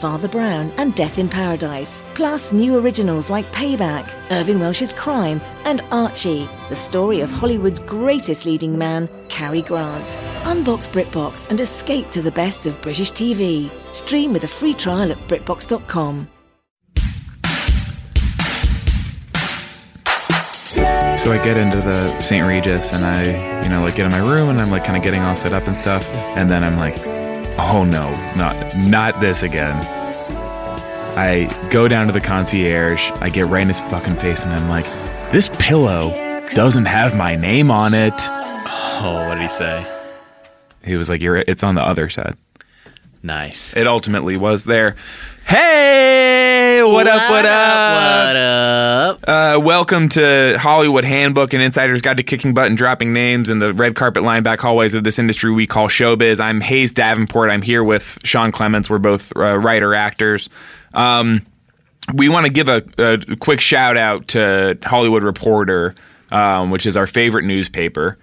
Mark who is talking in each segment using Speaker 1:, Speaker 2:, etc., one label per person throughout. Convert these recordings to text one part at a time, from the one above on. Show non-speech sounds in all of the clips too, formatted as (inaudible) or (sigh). Speaker 1: Father Brown, and Death in Paradise, plus new originals like Payback, Irving Welsh's Crime, and Archie, the story of Hollywood's greatest leading man, Cary Grant. Unbox BritBox and escape to the best of British TV. Stream with a free trial at BritBox.com.
Speaker 2: So I get into the St. Regis and I, you know, like get in my room and I'm like kind of getting all set up and stuff. And then I'm like, oh no, not not this again. I go down to the concierge. I get right in his fucking face and I'm like, this pillow doesn't have my name on it.
Speaker 3: Oh, what did he say?
Speaker 2: He was like, you're it's on the other side.
Speaker 3: Nice.
Speaker 2: It ultimately was there. Hey, what up? What up?
Speaker 3: What up?
Speaker 2: Uh, welcome to Hollywood Handbook and Insider's Guide to Kicking Butt and Dropping Names in the red carpet line back hallways of this industry we call showbiz. I'm Hayes Davenport. I'm here with Sean Clements. We're both uh, writer actors. Um, we want to give a, a quick shout out to Hollywood Reporter, um, which is our favorite newspaper.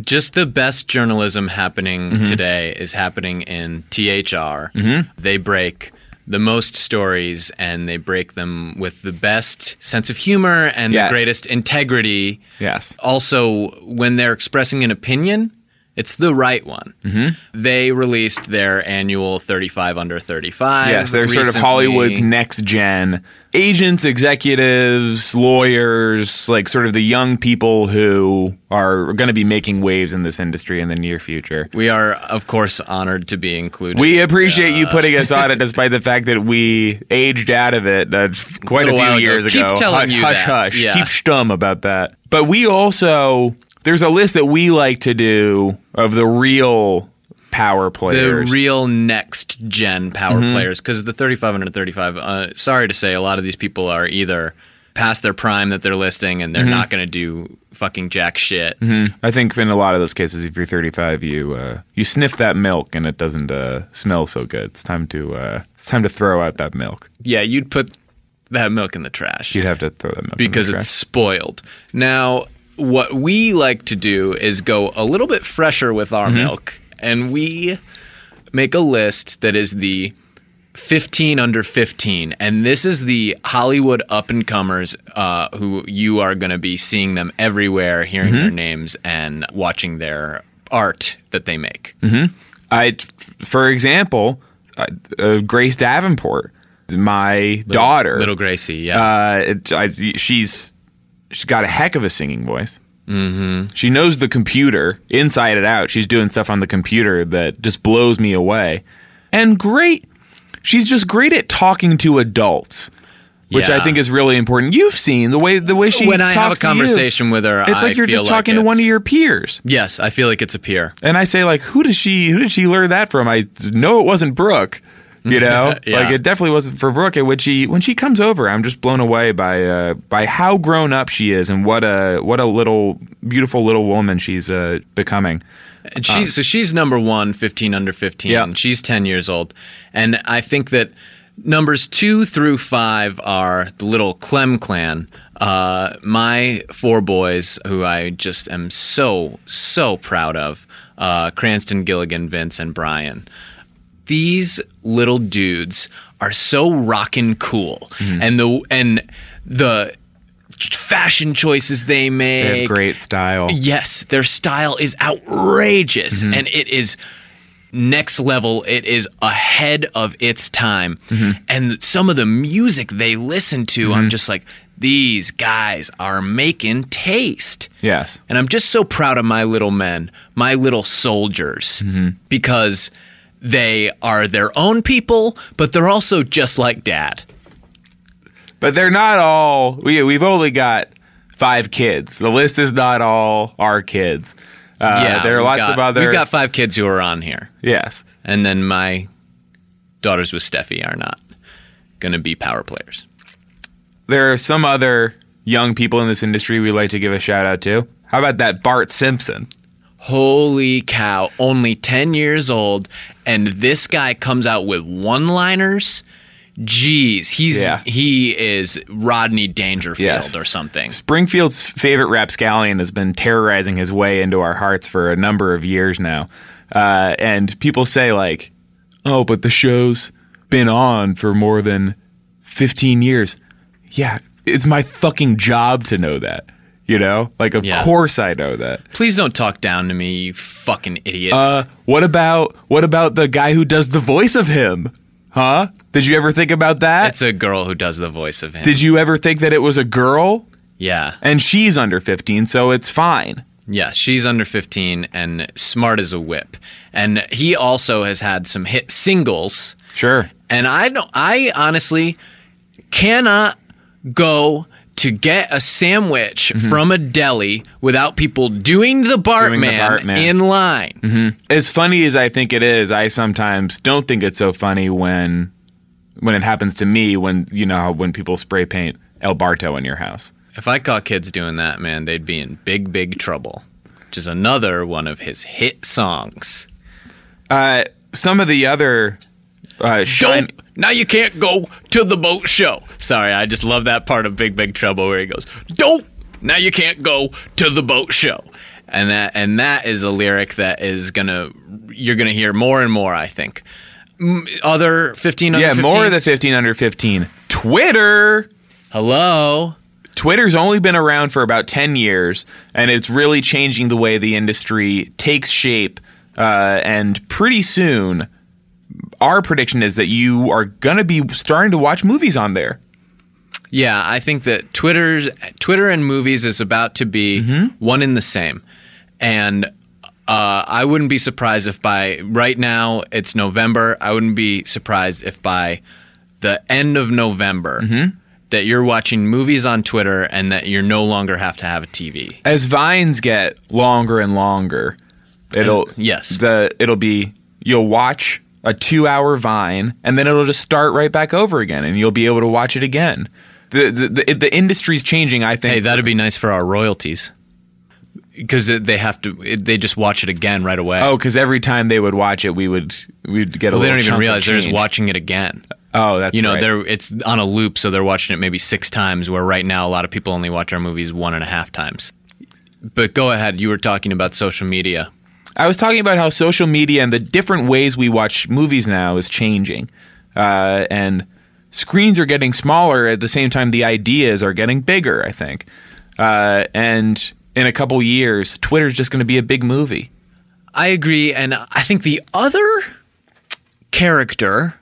Speaker 3: Just the best journalism happening
Speaker 2: Mm-hmm.
Speaker 3: today is happening in THR. They break the most stories and they break them with the best sense of humor and
Speaker 2: Yes.
Speaker 3: the greatest integrity.
Speaker 2: Yes.
Speaker 3: Also, when they're expressing an opinion, it's the right one. Mm-hmm. They released their annual 35 under 35.
Speaker 2: Yes, they're sort of
Speaker 3: recently.
Speaker 2: Hollywood's next gen agents, executives, lawyers, like sort of the young people who are going to be making waves in this industry in the near future.
Speaker 3: We are, of course, honored to be included.
Speaker 2: We appreciate you putting us on it, despite the fact that we aged out of it uh, quite a,
Speaker 3: Little while
Speaker 2: few
Speaker 3: ago.
Speaker 2: years
Speaker 3: Keep
Speaker 2: ago.
Speaker 3: telling
Speaker 2: hush,
Speaker 3: you
Speaker 2: hush,
Speaker 3: that.
Speaker 2: hush.
Speaker 3: Yeah.
Speaker 2: Keep stum about that. But we also there's a list that we like to do of the real power
Speaker 3: the
Speaker 2: players.
Speaker 3: real next gen power players because the 35 under 35 uh, sorry to say a lot of these people are either past their prime that they're listing and they're not going to do fucking jack shit
Speaker 2: I think in a lot of those cases, if you're 35, you uh, you sniff that milk and it doesn't uh, smell so good. It's time to uh, it's time to throw out that milk.
Speaker 3: yeah you'd put that milk in the trash
Speaker 2: You'd have to throw that milk in the
Speaker 3: because
Speaker 2: trash.
Speaker 3: it's spoiled now what we like to do is go a little bit fresher with our
Speaker 2: Mm-hmm.
Speaker 3: milk and we make a list that is the 15 under 15 and this is the hollywood up and comers uh, who you are going to be seeing them everywhere hearing
Speaker 2: Mm-hmm.
Speaker 3: their names and watching their art that they make
Speaker 2: Mm-hmm. I, for example, uh, uh, Grace Davenport, my daughter,
Speaker 3: little gracie yeah
Speaker 2: uh, it, I, she's she's got a heck of a singing voice. Mm-hmm. She knows the computer inside and out. She's doing stuff on the computer that just blows me away. And great, she's just great at talking to adults, which I
Speaker 3: Yeah.
Speaker 2: think is really important. You've seen the way the way she
Speaker 3: when i have a
Speaker 2: talks Uh, to you,
Speaker 3: conversation with her
Speaker 2: It's
Speaker 3: I
Speaker 2: like you're
Speaker 3: feel
Speaker 2: just talking to one of
Speaker 3: it's-
Speaker 2: your peers,
Speaker 3: yes i feel like it's a peer
Speaker 2: and I say like, "Who does she? Who did she learn that from?" I know it wasn't Brooke. You know,
Speaker 3: (laughs) Yeah.
Speaker 2: like it definitely wasn't for Brooke. And when she when she comes over, I'm just blown away by uh, by how grown up she is and what a what a little beautiful little woman she's uh, becoming.
Speaker 3: And she's so she's number one, 15 under 15.
Speaker 2: Ah. Yeah.
Speaker 3: She's 10 years old. And I think that numbers two through five are the little Clem clan. Uh, my four boys, who I just am so, so proud of uh, Cranston, Gilligan, Vince, and Brian these little dudes are so rockin' cool,
Speaker 2: Mm-hmm.
Speaker 3: and the and the fashion choices they make,
Speaker 2: They have great style.
Speaker 3: Yes, their style is outrageous
Speaker 2: Mm-hmm.
Speaker 3: and it is next level. It is ahead of its time.
Speaker 2: Mm-hmm.
Speaker 3: And some of the music they listen to, I'm just like, these guys are making taste.
Speaker 2: Yes.
Speaker 3: And I'm just so proud of my little men, my little soldiers,
Speaker 2: Mm-hmm.
Speaker 3: because they are their own people, but they're also just like dad.
Speaker 2: But they're not all. We, we've only got five kids. The list is not all our kids. Uh, there are
Speaker 3: Um, we've
Speaker 2: lots
Speaker 3: got-
Speaker 2: of other.
Speaker 3: We've got five kids who are on here.
Speaker 2: yes.
Speaker 3: And then my daughters with Steffi are not going to be power players.
Speaker 2: there are some other young people in this industry we like to give a shout out to. How about that Bart Simpson?
Speaker 3: holy cow, only 10 years old, and this guy comes out with one liners. Jeez, he's
Speaker 2: Yeah.
Speaker 3: he is Rodney Dangerfield
Speaker 2: Yes.
Speaker 3: or something.
Speaker 2: Springfield's favorite rapscallion has been terrorizing his way into our hearts for a number of years now. Uh, and people say, like, oh, but the show's been on for more than 15 years. Yeah, it's my fucking job to know that. You know? Like, of
Speaker 3: Yeah.
Speaker 2: course I know that.
Speaker 3: Please don't talk down to me, you fucking idiots.
Speaker 2: Uh, what about what about the guy who does the voice of him? Huh? Did you ever think about that?
Speaker 3: it's a girl who does the voice of him.
Speaker 2: Did you ever think that it was a girl?
Speaker 3: yeah.
Speaker 2: And she's under 15, so it's fine.
Speaker 3: Yeah, she's under 15 and smart as a whip. And he also has had some hit singles.
Speaker 2: Sure.
Speaker 3: And I don't I honestly cannot go to get a sandwich from a deli without people Mm-hmm. doing the Bartman, Mm-hmm.
Speaker 2: Bartman.
Speaker 3: in line.
Speaker 2: as funny as I think it is, I sometimes don't think it's so funny when when it happens to me when you know how when people spray paint El Barto in your house.
Speaker 3: If I caught kids doing that, man, they'd be in big big trouble. Which is another one of his hit songs.
Speaker 2: Uh, some of the other uh, shine.
Speaker 3: Don't. Now you can't go to the boat show. Sorry, I just love that part of Big Big Trouble where he goes, "Don't. Now you can't go to the boat show." And that and that is a lyric that is going to you're going to hear more and more, I think. M- Other 15 under
Speaker 2: Yeah, more of the
Speaker 3: 15s?
Speaker 2: 15 under 15. Twitter.
Speaker 3: Hello.
Speaker 2: Twitter's only been around for about 10 years, and it's really changing the way the industry takes shape. Uh, and pretty soon, our prediction is that you are going to be starting to watch movies on there.
Speaker 3: Yeah, I think that Twitter's Twitter and movies is about to be
Speaker 2: Mm-hmm.
Speaker 3: one in the same, and uh, I wouldn't be surprised if by right now it's November. I wouldn't be surprised if by the end of November
Speaker 2: Mm-hmm.
Speaker 3: that you're watching movies on Twitter and that you no longer have to have a TV.
Speaker 2: as vines get longer and longer, it'll
Speaker 3: yes.
Speaker 2: the it'll be you'll watch a two hour vine and then it'll just start right back over again and you'll be able to watch it again. The the the, the industry's changing. I think.
Speaker 3: Hey, that'd be nice for our royalties because they have to. it- They just watch it again right away.
Speaker 2: oh, because every time they would watch it, we would we'd get a
Speaker 3: Well,
Speaker 2: little.
Speaker 3: they don't even
Speaker 2: chunk of
Speaker 3: realize they're just
Speaker 2: change.
Speaker 3: watching it again.
Speaker 2: Oh, that's
Speaker 3: you know
Speaker 2: right.
Speaker 3: they're it's on a loop so they're watching it maybe six times where right now a lot of people only watch our movies one and a half times but go ahead you were talking about social media
Speaker 2: I was talking about how social media and the different ways we watch movies now is changing, uh, and screens are getting smaller at the same time the ideas are getting bigger. I think, uh, and in a couple years, Twitter's just going to be a big movie.
Speaker 3: i agree and i think the other character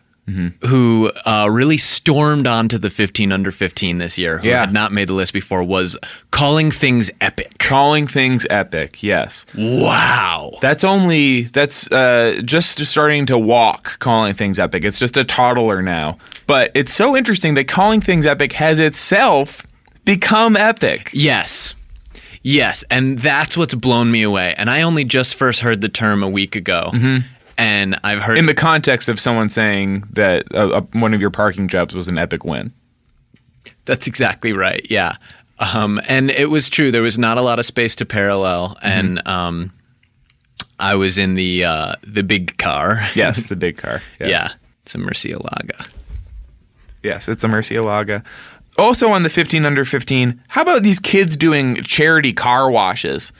Speaker 3: who uh, really stormed onto the 15 under 15 this year who
Speaker 2: Yeah.
Speaker 3: had not made the list before was calling things epic
Speaker 2: Calling things epic, yes.
Speaker 3: wow
Speaker 2: That's only that's uh, just starting to walk. Calling things epic. It's just a toddler now, but it's so interesting that calling things epic has itself become epic.
Speaker 3: Yes. Yes. And that's what's blown me away. And I only just first heard the term a week ago. And I've heard.
Speaker 2: in the context of someone saying that uh, uh, one of your parking jobs was an epic win.
Speaker 3: that's exactly right. Yeah. Um, and it was true. There was not a lot of space to parallel. And um, I was in the uh, the big car.
Speaker 2: Yes, the big car. Yes.
Speaker 3: Yeah. It's a Murcielago.
Speaker 2: Yes, it's a Murcielago. Also on the 15 under 15, how about these kids doing charity car washes?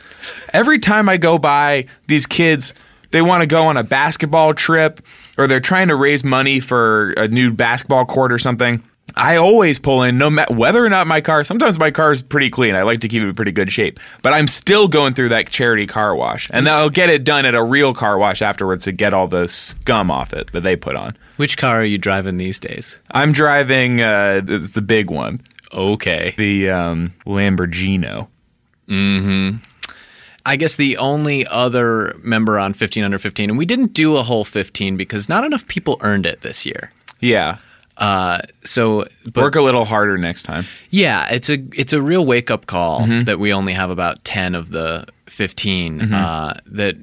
Speaker 2: Every time I go by, these kids, they want to go on a basketball trip or they're trying to raise money for a new basketball court or something. I always pull in, no matter whether or not my car, sometimes my car is pretty clean. I like to keep it in pretty good shape, but I'm still going through that charity car wash. And I'll get it done at a real car wash afterwards to get all the scum off it that they put on.
Speaker 3: Which car are you driving these days?
Speaker 2: I'm driving uh it's the big one,
Speaker 3: Okay.
Speaker 2: the um Lamborghini.
Speaker 3: I guess the only other member on 15 under 15, and we didn't do a whole 15 because not enough people earned it this year.
Speaker 2: Yeah.
Speaker 3: Uh, so, but
Speaker 2: Work a little harder next time.
Speaker 3: yeah, it's a it's a real wake up call that we only have about ten of the 15 Uh, that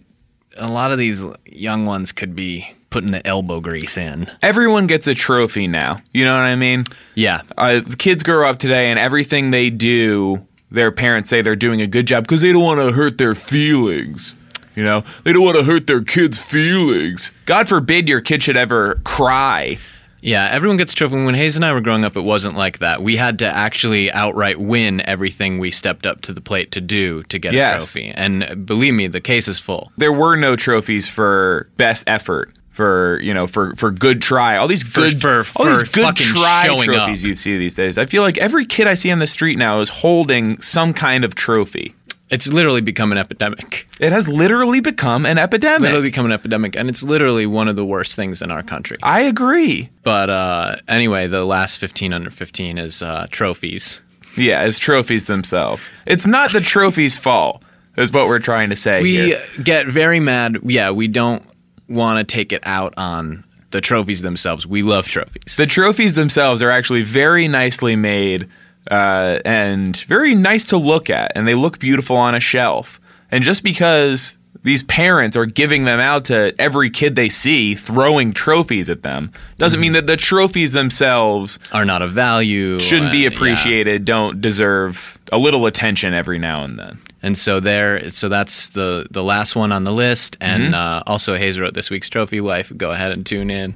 Speaker 3: a lot of these young ones could be putting the elbow grease in.
Speaker 2: Everyone gets a trophy now. You know what I mean?
Speaker 3: Yeah,
Speaker 2: Uh, the kids grow up today and everything they do, their parents say they're doing a good job because they don't want to hurt their feelings. You know, they don't want to hurt their kids' feelings. God forbid your kid should ever cry.
Speaker 3: Yeah, everyone gets a trophy. When Hayes and I were growing up, it wasn't like that. We had to actually outright win everything we stepped up to the plate to do to get
Speaker 2: Yes.
Speaker 3: a trophy. And believe me, the case is full.
Speaker 2: There were no trophies for best effort. For you know, for for good try, all these good,
Speaker 3: for-
Speaker 2: all these
Speaker 3: for
Speaker 2: good
Speaker 3: fucking
Speaker 2: try
Speaker 3: showing up.
Speaker 2: trophies you see these days. I feel like every kid I see on the street now is holding some kind of trophy.
Speaker 3: It's literally become an epidemic.
Speaker 2: It has literally become an epidemic.
Speaker 3: Literally become an epidemic, and it's literally one of the worst things in our country.
Speaker 2: I agree.
Speaker 3: But uh, anyway, the last 15 under 15 is uh, trophies.
Speaker 2: Yeah, as trophies themselves. It's not the trophies' fault, is what we're trying to say
Speaker 3: We
Speaker 2: here.
Speaker 3: get very mad. Yeah, we don't want to take it out on the trophies themselves. We love trophies.
Speaker 2: The trophies themselves are actually very nicely made uh, and very nice to look at, and they look beautiful on a shelf. And just because these parents are giving them out to every kid they see, throwing trophies at them, doesn't mean
Speaker 3: Mm-hmm.
Speaker 2: that the trophies themselves
Speaker 3: Are not of value.
Speaker 2: shouldn't be
Speaker 3: and- yeah.
Speaker 2: appreciated, don't deserve a little attention every now and then.
Speaker 3: And so there, so that's the the last one on the list. And
Speaker 2: Mm-hmm.
Speaker 3: uh, also, Hayes wrote this week's trophy wife. Go ahead and tune in.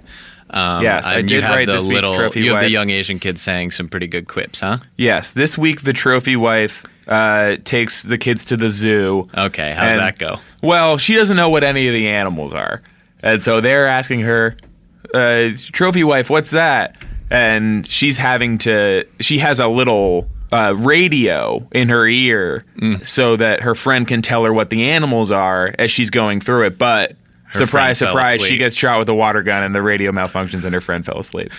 Speaker 3: Um,
Speaker 2: Yes, I
Speaker 3: and
Speaker 2: did
Speaker 3: you have
Speaker 2: write
Speaker 3: the
Speaker 2: this week's
Speaker 3: little,
Speaker 2: trophy
Speaker 3: You have
Speaker 2: wife.
Speaker 3: the young Asian kid saying some pretty good quips, huh?
Speaker 2: Yes, this week the trophy wife uh, takes the kids to the zoo.
Speaker 3: Okay, how's
Speaker 2: And-
Speaker 3: that go?
Speaker 2: Well, she doesn't know what any of the animals are, and so they're asking her, uh, "Trophy wife, what's that?" And she's having to. She has a little uh, radio in her ear
Speaker 3: Mm.
Speaker 2: so that her friend can tell her what the animals are as she's going through it, but. surprise,
Speaker 3: friend fell
Speaker 2: surprise! She
Speaker 3: asleep.
Speaker 2: gets shot with a water gun, and the radio malfunctions, and her friend fell asleep.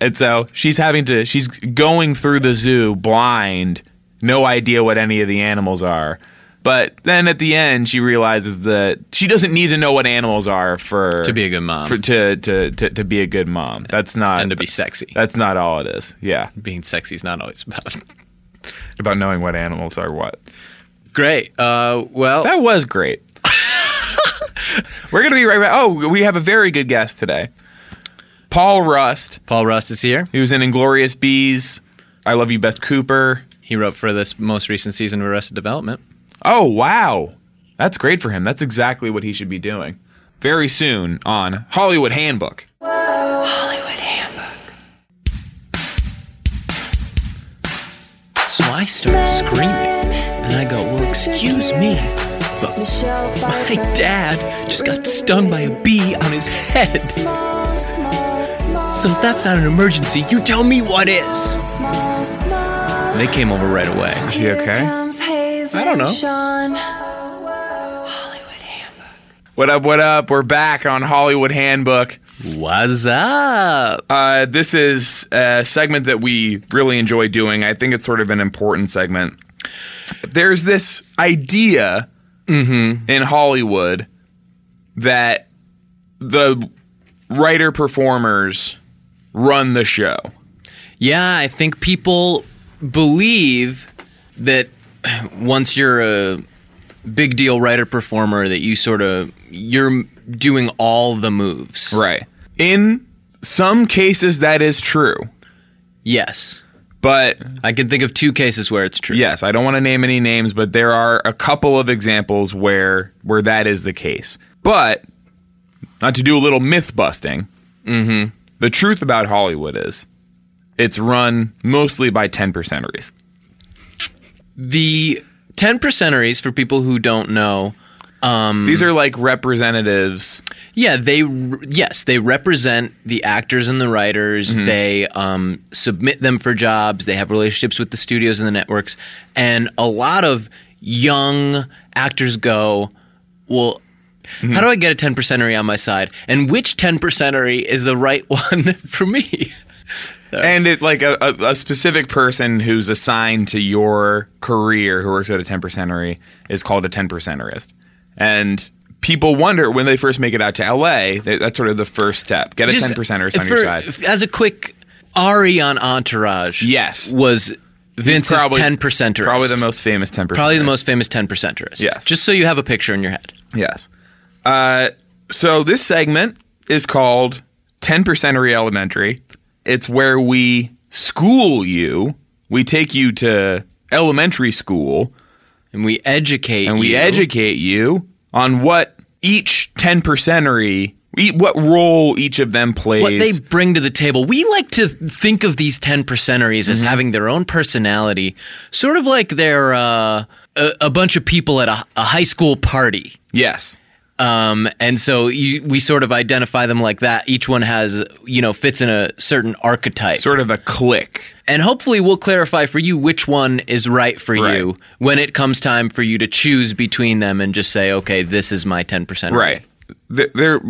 Speaker 2: And so she's having to, she's going through the zoo blind, no idea what any of the animals are. But then at the end, she realizes that she doesn't need to know what animals are for
Speaker 3: To be a good mom.
Speaker 2: for, to, to to to be a good mom. That's not
Speaker 3: And to be sexy.
Speaker 2: That's not all it is. Yeah,
Speaker 3: Being sexy is not always about.
Speaker 2: about knowing what animals are what.
Speaker 3: Great. Uh, well,
Speaker 2: That was (laughs) great. We're gonna be right back. Oh, we have a very good guest today, Paul Rust.
Speaker 3: Paul Rust is here.
Speaker 2: He was in Inglorious Bees, I Love You Best Cooper.
Speaker 3: He wrote for this most recent season of Arrested Development.
Speaker 2: Oh, wow. That's great for him. That's exactly what he should be doing. Very soon on Hollywood Handbook. Hollywood Handbook. So I started screaming, and I go, Well, excuse me, but my dad just got stung by a bee on his head. So if that's not an emergency, you tell me what is.
Speaker 3: They came over right away.
Speaker 2: Is he okay?
Speaker 4: I don't know.
Speaker 2: What up, what up? We're back on Hollywood Handbook.
Speaker 3: What's up?
Speaker 2: Uh, this is a segment that we really enjoy doing. I think it's sort of an important segment. There's this idea mm-hmm, in Hollywood that the writer performers run the show.
Speaker 3: Yeah, I think people believe that once you're a big deal writer performer, that you sort of you're doing all the moves.
Speaker 2: Right. In some cases, that is true.
Speaker 3: Yes,
Speaker 2: But
Speaker 3: I can think of two cases where it's true.
Speaker 2: yes, I don't want to name any names, but there are a couple of examples where where that is the case. But not to do a little myth busting, the truth about Hollywood is it's run mostly by ten percentaries.
Speaker 3: The ten percenteries for people who don't know.
Speaker 2: These are like representatives.
Speaker 3: Yeah, they r- yes, they represent the actors and the writers.
Speaker 2: Mm-hmm.
Speaker 3: They um, submit them for jobs. They have relationships with the studios and the networks, and a lot of young actors go, well.
Speaker 2: Mm-hmm.
Speaker 3: How do I get a 10 percentery on my side? And which 10 percentery is the right (laughs) one for me?
Speaker 2: And it's like a, a, a specific person who's assigned to your career who works at a 10 percentery is called a 10 percenterist. And people wonder when they first make it out to LA, that, that's sort of the first step. Get a 10 percenterist on your
Speaker 3: for-
Speaker 2: side.
Speaker 3: As a quick Ari on Entourage.
Speaker 2: Yes.
Speaker 3: Was Vince's
Speaker 2: probably-
Speaker 3: 10 percenter.
Speaker 2: Probably the most famous 10 percenterist.
Speaker 3: Probably the most famous 10 percenterist.
Speaker 2: Yes.
Speaker 3: Just so you have a picture in your head.
Speaker 2: Yes. Uh, so this segment is called 10 Percentery Elementary. It's where we school you. We take you to elementary school
Speaker 3: And we educate
Speaker 2: and we
Speaker 3: you
Speaker 2: educate you on what each 10 percentery, e- what role each of them plays.
Speaker 3: What they bring to the table. We like to think of these 10 percenteries
Speaker 2: Mm-hmm.
Speaker 3: as having their own personality, sort of like they're uh, a, a bunch of people at a, a high school party.
Speaker 2: yes.
Speaker 3: Um, and so you, we sort of identify them like that. Each one has, you know, fits in a certain archetype.
Speaker 2: Sort of a click.
Speaker 3: And hopefully, we'll clarify for you which one is right for
Speaker 2: Right.
Speaker 3: you when it comes time for you to choose between them and just say, okay, this is my 10%.
Speaker 2: Right. Th- They're,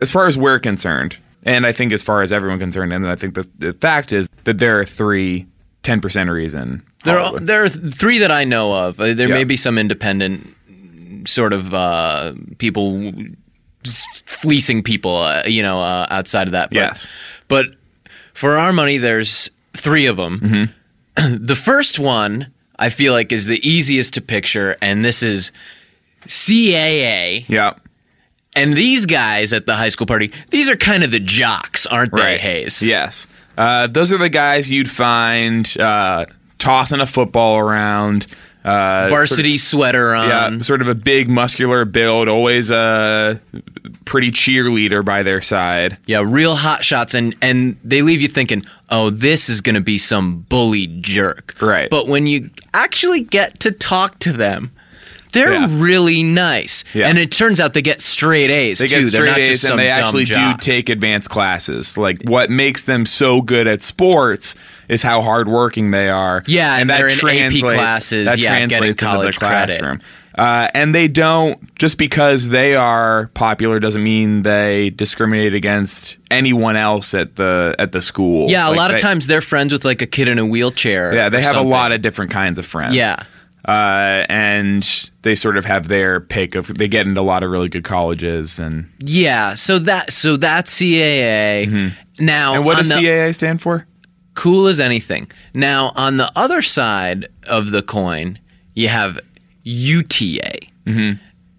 Speaker 2: as far as we're concerned, and I think as far as everyone concerned, and I think the, the fact is that there are three 10 percenteries in
Speaker 3: There are,
Speaker 2: Hollywood.
Speaker 3: there are th- three that I know of. Uh, There
Speaker 2: Yeah.
Speaker 3: may be some independent sort of uh, people w- just fleecing people, uh, you know, uh, outside of that. But,
Speaker 2: Yes.
Speaker 3: But for our money, there's three of them.
Speaker 2: Mm-hmm.
Speaker 3: (clears throat) the first one I feel like is the easiest to picture, and this is CAA.
Speaker 2: Yeah.
Speaker 3: And these guys at the high school party, these are kind of the jocks, aren't they, Hayes?
Speaker 2: Yes. Uh, those are the guys you'd find uh, tossing a football around. Uh,
Speaker 3: Varsity sweater on.
Speaker 2: Yeah, sort of a big muscular build, always a pretty cheerleader by their side.
Speaker 3: Yeah, real hot shots, and and they leave you thinking, oh, this is going to be some bully jerk,
Speaker 2: Right.
Speaker 3: But when you actually get to talk to them, they're
Speaker 2: Yeah.
Speaker 3: really nice,
Speaker 2: Yeah.
Speaker 3: and it turns out they get straight A's
Speaker 2: They
Speaker 3: too.
Speaker 2: get
Speaker 3: they're
Speaker 2: straight
Speaker 3: not
Speaker 2: A's
Speaker 3: just some
Speaker 2: and they
Speaker 3: dumb
Speaker 2: actually
Speaker 3: jock.
Speaker 2: do take advanced classes. Like what makes them so good at sports is how hardworking they are.
Speaker 3: Yeah, and
Speaker 2: that
Speaker 3: they're in AP
Speaker 2: translates-
Speaker 3: classes,
Speaker 2: That
Speaker 3: yeah, getting
Speaker 2: translates into the
Speaker 3: college credit.
Speaker 2: classroom. Uh, and they don't just because they are popular doesn't mean they discriminate against anyone else at the at the school.
Speaker 3: yeah, a
Speaker 2: Like,
Speaker 3: lot
Speaker 2: they-
Speaker 3: of times they're friends with like a kid in a wheelchair.
Speaker 2: Yeah, they
Speaker 3: or
Speaker 2: have
Speaker 3: something.
Speaker 2: a lot of different kinds of friends.
Speaker 3: Yeah.
Speaker 2: Uh, and they sort of have their pick of they get into a lot of really good colleges and
Speaker 3: yeah. So that so that's CAA. Now,
Speaker 2: Mm-hmm. and what
Speaker 3: on
Speaker 2: does
Speaker 3: the,
Speaker 2: CAA stand for?
Speaker 3: cool as anything. Now, on the other side of the coin, you have UTA. Mm-hmm.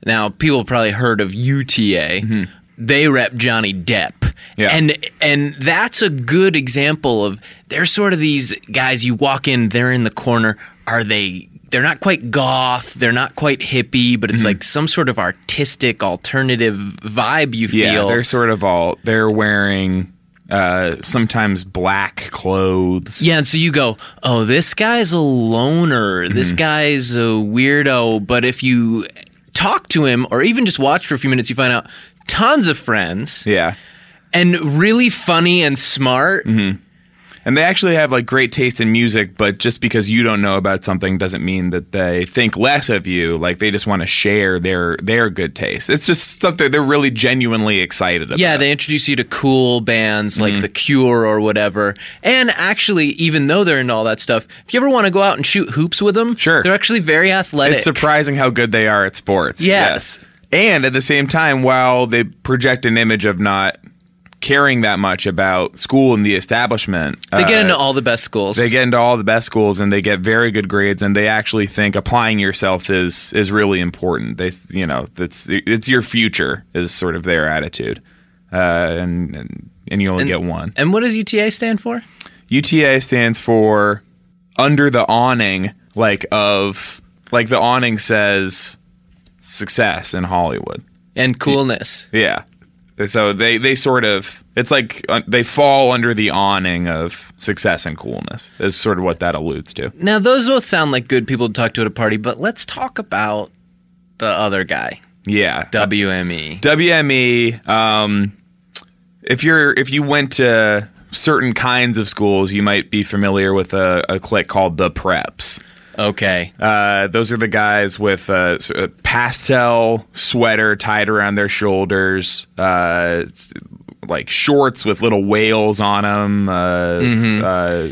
Speaker 3: Now, people probably heard of UTA. They rep Johnny Depp,
Speaker 2: Mm-hmm. Yeah.
Speaker 3: and and that's a good example of they're sort of these guys. You walk in, they're in the corner. Are they? They're not quite goth. They're not quite hippie,
Speaker 2: Mm-hmm.
Speaker 3: but it's like some sort of artistic alternative vibe you
Speaker 2: Yeah,
Speaker 3: feel.
Speaker 2: they're sort of all they're wearing uh, sometimes black clothes.
Speaker 3: Yeah, and so you go, oh, this guy's a loner. This
Speaker 2: Mm-hmm.
Speaker 3: guy's a weirdo. But if you talk to him or even just watch for a few minutes, you find out tons of friends
Speaker 2: Yeah.
Speaker 3: and really funny and smart.
Speaker 2: Mm-hmm. And they actually have like great taste in music, but just because you don't know about something doesn't mean that they think less of you. Like they just want to share their their good taste. It's just something they're really genuinely excited about.
Speaker 3: Yeah, they introduce you to cool bands
Speaker 2: Mm-hmm.
Speaker 3: like The Cure or whatever. And actually, even though they're into all that stuff, if you ever want to go out and shoot hoops with them,
Speaker 2: Sure.
Speaker 3: they're actually very athletic.
Speaker 2: It's surprising how good they are at sports.
Speaker 3: Yes.
Speaker 2: And at the same time, while they project an image of not caring that much about school and the establishment, uh,
Speaker 3: they get into all the best schools.
Speaker 2: they get into all the best schools and they get very good grades and they actually think applying yourself is is really important. They you know that's it's your future is sort of their attitude, uh, and, and and you only get one.
Speaker 3: and what does UTA stand for?
Speaker 2: UTA stands for under the awning, like of like the awning says success in Hollywood.
Speaker 3: And coolness.
Speaker 2: Yeah. So they they sort of it's like uh, they fall under the awning of success and coolness is sort of what that alludes to.
Speaker 3: Now, those both sound like good people to talk to at a party, but let's talk about the other guy, E.
Speaker 2: Yeah.
Speaker 3: WME.
Speaker 2: WME. Um, if you're if you went to certain kinds of schools, you might be familiar with a, a clique called the Preps.
Speaker 3: Okay.
Speaker 2: Uh, those are the guys with uh, s- a pastel sweater tied around their shoulders, uh, s- like shorts with little whales on them. Uh,
Speaker 3: Mm-hmm.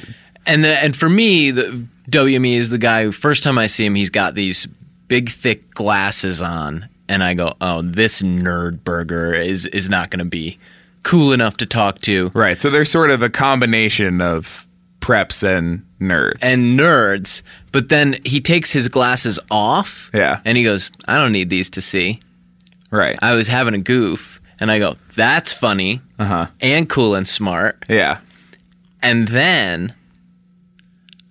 Speaker 2: uh,
Speaker 3: And the, and for me, the WME is the guy who first time I see him, he's got these big thick glasses on, and I go, "Oh, this nerd burger is is not going to be cool enough to talk to."
Speaker 2: right. So they're sort of a combination of preps and nerds.
Speaker 3: And nerds, but then he takes his glasses off.
Speaker 2: Yeah.
Speaker 3: And he goes, "I don't need these to see."
Speaker 2: right.
Speaker 3: I was having a goof, and I go, "That's funny." Uh-huh. And cool and smart.
Speaker 2: yeah.
Speaker 3: And then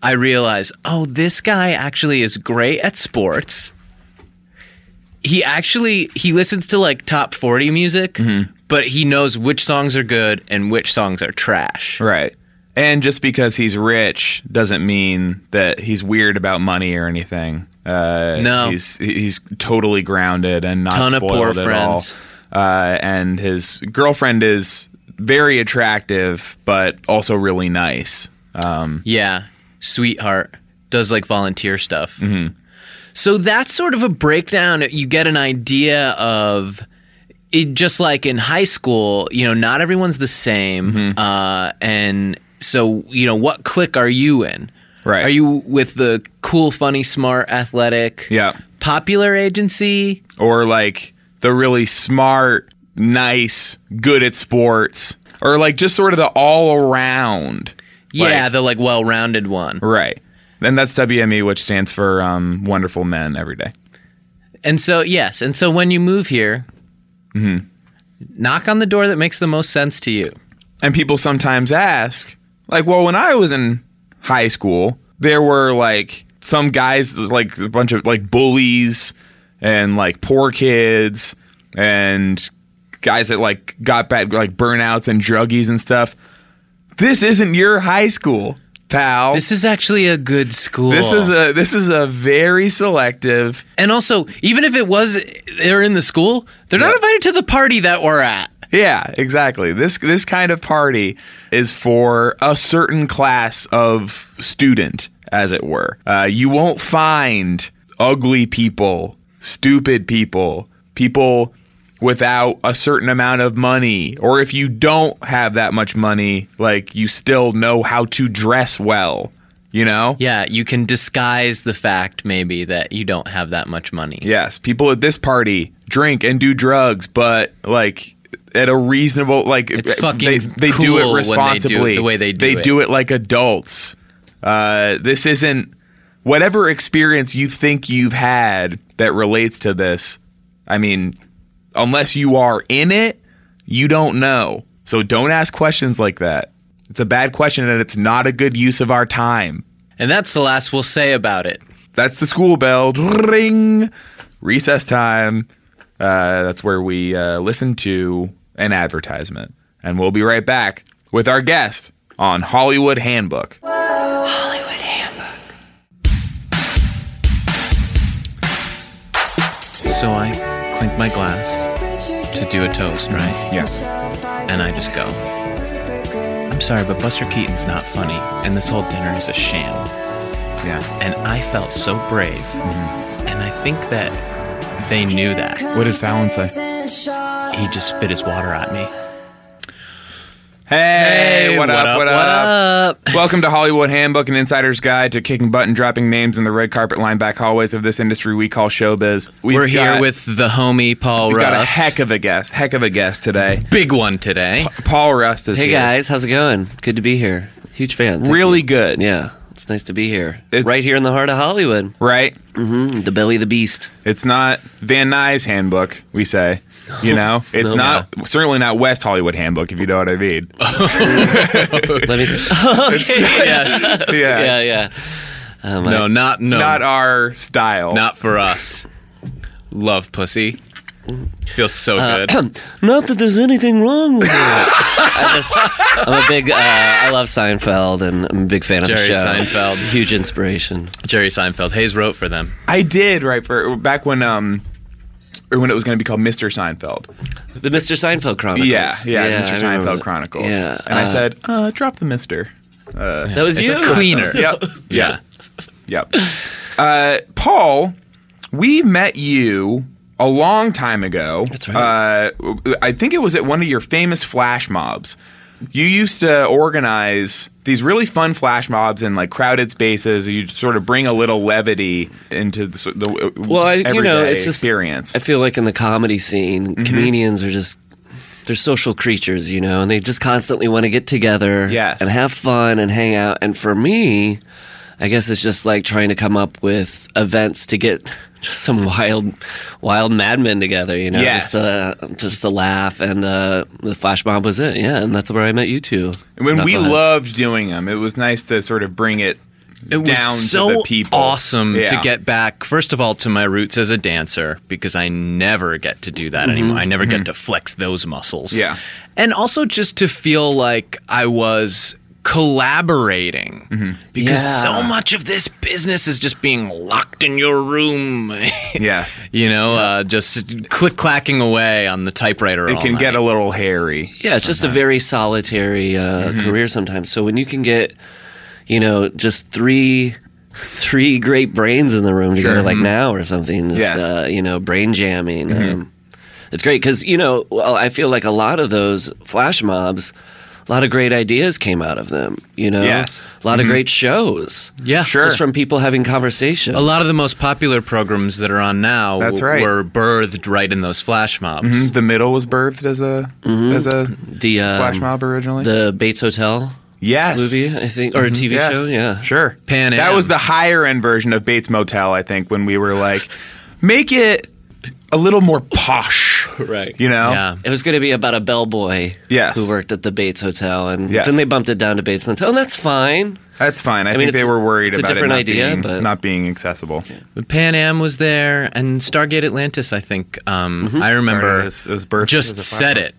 Speaker 3: I realize, oh, this guy actually is great at sports. he actually he listens to like top 40 music but he knows which songs are good and which songs are trash
Speaker 2: Right. And just because he's rich doesn't mean that he's weird about money or anything. Uh,
Speaker 3: No.
Speaker 2: he's he's totally grounded and not
Speaker 3: Ton of poor
Speaker 2: spoiled at all.
Speaker 3: friends.
Speaker 2: Uh, and his girlfriend is very attractive, but also really nice.
Speaker 3: yeah sweetheart does like volunteer stuff
Speaker 2: Mm-hmm.
Speaker 3: so that's sort of a breakdown you get an idea of it just like in high school you know not everyone's the same
Speaker 2: Mm-hmm.
Speaker 3: uh, and so you know what clique are you in
Speaker 2: Right.
Speaker 3: are you with the cool funny smart athletic
Speaker 2: Yeah.
Speaker 3: popular agency
Speaker 2: or like the really smart, nice, good at sports, or like just sort of the all around.
Speaker 3: Yeah, the like well-rounded one.
Speaker 2: right. And that's WME, which stands for um, Wonderful Men Every Day.
Speaker 3: And so yes, and so when you move here,
Speaker 2: Mm-hmm.
Speaker 3: knock on the door that makes the most sense to you.
Speaker 2: And people sometimes ask, like, well, when I was in high school, there were like some guys, like a bunch of like bullies and like poor kids and guys that like got bad, like burnouts and druggies and stuff. This isn't your high school, pal.
Speaker 3: This is actually a good school.
Speaker 2: This is a this is a very selective.
Speaker 3: And also, even if it was they're in the school, they're not
Speaker 2: Yeah.
Speaker 3: invited to the party that we're at.
Speaker 2: Yeah, exactly. This this kind of party is for a certain class of student, as it were. Uh, you won't find ugly people, stupid people, people without a certain amount of money, or if you don't have that much money, like you still know how to dress well. You know.
Speaker 3: Yeah, you can disguise the fact maybe that you don't have that much money.
Speaker 2: Yes, people at this party drink and do drugs, but like at a reasonable like
Speaker 3: It's fucking
Speaker 2: they, they do it
Speaker 3: cool when they do it
Speaker 2: responsibly
Speaker 3: the way they do
Speaker 2: They
Speaker 3: it.
Speaker 2: do it like adults. Uh, this isn't whatever experience you think you've had that relates to this. I mean, unless you are in it, you don't know. So don't ask questions like that. It's a bad question and it's not a good use of our time.
Speaker 3: And that's the last we'll say about it.
Speaker 2: That's the school bell. Ring. Recess time. Uh, that's where we uh, listen to an advertisement. And we'll be right back with our guest on Hollywood Handbook.
Speaker 3: So I clink my glass to do a toast, right?
Speaker 2: Yeah.
Speaker 3: And I just go. I'm sorry, but Buster Keaton's not funny, and this whole dinner is a sham.
Speaker 2: Yeah.
Speaker 3: And I felt so brave. And I think that they knew that.
Speaker 2: What did Fallon say?
Speaker 3: He just spit his water at me.
Speaker 2: Hey, what, up, What up?
Speaker 3: up?
Speaker 2: Welcome to Hollywood Handbook, an insider's guide to kicking butt and dropping names in the red carpet line back hallways of this industry we call showbiz. We've
Speaker 3: We're here
Speaker 2: got-
Speaker 3: with the homie Paul
Speaker 2: we've
Speaker 3: Rust.
Speaker 2: got a heck of a guest, heck of a guest today.
Speaker 3: big one today.
Speaker 2: Paul Rust is
Speaker 4: Hey
Speaker 2: here.
Speaker 4: guys, how's it going? Good to be here. Huge fan. Thank
Speaker 2: really
Speaker 4: you.
Speaker 2: good.
Speaker 4: Yeah, it's nice to be here.
Speaker 2: It's-
Speaker 4: right here in the heart of Hollywood.
Speaker 2: Right.
Speaker 4: Mm, the belly of the beast.
Speaker 2: It's not Van Nuys handbook, we say.
Speaker 4: (laughs)
Speaker 2: You know, it's not certainly not West Hollywood handbook, if you know what I
Speaker 4: (laughs)
Speaker 2: mean.
Speaker 4: Let
Speaker 3: (laughs)
Speaker 4: me.
Speaker 3: yes.
Speaker 2: yeah,
Speaker 4: yeah,
Speaker 2: it's
Speaker 4: yeah. Um,
Speaker 3: No,
Speaker 4: I-
Speaker 3: not no.
Speaker 2: Not
Speaker 3: Not,
Speaker 2: our style.
Speaker 3: for us. Love pussy. Feels so
Speaker 4: Uh, (clears throat)
Speaker 3: good.
Speaker 4: not that there's anything wrong with it. (laughs) I just, I'm a big. Uh, I love Seinfeld, and I'm a big fan of
Speaker 3: Jerry
Speaker 4: the show.
Speaker 3: Seinfeld.
Speaker 4: huge inspiration.
Speaker 3: Jerry Seinfeld. Hayes wrote for them.
Speaker 2: I did right for back when um or when it was going to be called Mr. Seinfeld.
Speaker 4: The Mr. Seinfeld Chronicles.
Speaker 2: Yeah, yeah,
Speaker 4: I
Speaker 2: Mr.
Speaker 4: remember
Speaker 2: Seinfeld
Speaker 4: that.
Speaker 2: Chronicles.
Speaker 4: Yeah,
Speaker 2: and I
Speaker 4: uh,
Speaker 2: said, uh, drop the Mister.
Speaker 4: that was you.
Speaker 3: It's cleaner.
Speaker 2: Yep.
Speaker 3: Yeah.
Speaker 2: Yep. Uh, Paul, we met you a long time ago. That's
Speaker 4: right.
Speaker 2: Uh, I think it was at one of your famous flash mobs. You used to organize these really fun flash mobs in like crowded spaces. You sort of bring a little levity into the, the uh,
Speaker 4: Well, I, you know,
Speaker 2: everyday
Speaker 4: it's just
Speaker 2: experience. Mm-hmm.
Speaker 4: I feel like in the comedy scene, comedians are just they're social creatures, you know, and they just constantly want to get together
Speaker 2: Yes.
Speaker 4: and have fun and hang out. And for me, I guess it's just like trying to come up with events to get (laughs) just some wild, wild madmen together, you know,
Speaker 2: Yes.
Speaker 4: just uh, just to laugh. And uh, the flash mob was it, yeah, and that's where I met you two.
Speaker 2: when we
Speaker 4: knuckleheads.
Speaker 2: loved doing them, it was nice to sort of bring it
Speaker 3: it was
Speaker 2: down
Speaker 3: so
Speaker 2: to the people.
Speaker 3: awesome to
Speaker 2: Yeah.
Speaker 3: get back first of all to my roots as a dancer because i never get to do that anymore i never get to flex those muscles
Speaker 2: Mm-hmm. Yeah.
Speaker 3: and also just to feel like i was collaborating
Speaker 2: Mm-hmm.
Speaker 3: because
Speaker 4: Yeah.
Speaker 3: so much of this business is just being locked in your room (laughs)
Speaker 2: Yes.
Speaker 3: you know uh, just click clacking away on the typewriter
Speaker 2: It can get a little hairy.
Speaker 4: Yeah, it's just a very solitary uh,
Speaker 2: Mm-hmm.
Speaker 4: career sometimes. So when you can get, you know, just three three great brains in the room together, like now or something, just,
Speaker 2: Mm-hmm. Yes. Mm-hmm.
Speaker 4: uh, you know, brain jamming. Um, it's great because you know, well, I feel like a lot of those flash mobs. A lot of great ideas came out of them, you know.
Speaker 2: Yes. Mm-hmm.
Speaker 4: A lot of great shows.
Speaker 3: Yeah.
Speaker 2: Sure.
Speaker 4: Just from people having conversation.
Speaker 3: A lot of the most popular programs that are on now
Speaker 2: That's
Speaker 3: w-
Speaker 2: right. Mm-hmm.
Speaker 3: were birthed right in those flash mobs.
Speaker 2: The middle was birthed as a as a
Speaker 4: Mm-hmm. the um,
Speaker 2: flash mob originally.
Speaker 4: the Bates Hotel
Speaker 2: yes.
Speaker 4: movie, I think, or
Speaker 2: Mm-hmm.
Speaker 4: TV
Speaker 2: Yes.
Speaker 4: show. Yeah.
Speaker 2: Sure.
Speaker 3: Pan
Speaker 2: That
Speaker 3: Am.
Speaker 2: was the higher end version of Bates Motel, I think, when we were like, make it a little more posh.
Speaker 4: (laughs) Right.
Speaker 2: You know?
Speaker 3: Yeah.
Speaker 4: It was going to be about a bellboy
Speaker 2: Yes.
Speaker 4: who worked at the Bates Hotel, and
Speaker 2: Yes.
Speaker 4: then they bumped it down to Bates Motel, and that's fine.
Speaker 2: That's fine. I,
Speaker 4: mean,
Speaker 2: think they
Speaker 4: it's-
Speaker 2: were worried
Speaker 4: it's a
Speaker 2: about
Speaker 4: different
Speaker 2: it not,
Speaker 4: idea,
Speaker 2: being,
Speaker 4: but-
Speaker 2: not being accessible.
Speaker 3: But Pan Am was there, and Stargate Atlantis. I think um, I
Speaker 2: Started
Speaker 3: remember.
Speaker 2: as- as birthed as
Speaker 3: just
Speaker 2: a flash
Speaker 3: said
Speaker 2: mob.
Speaker 3: it.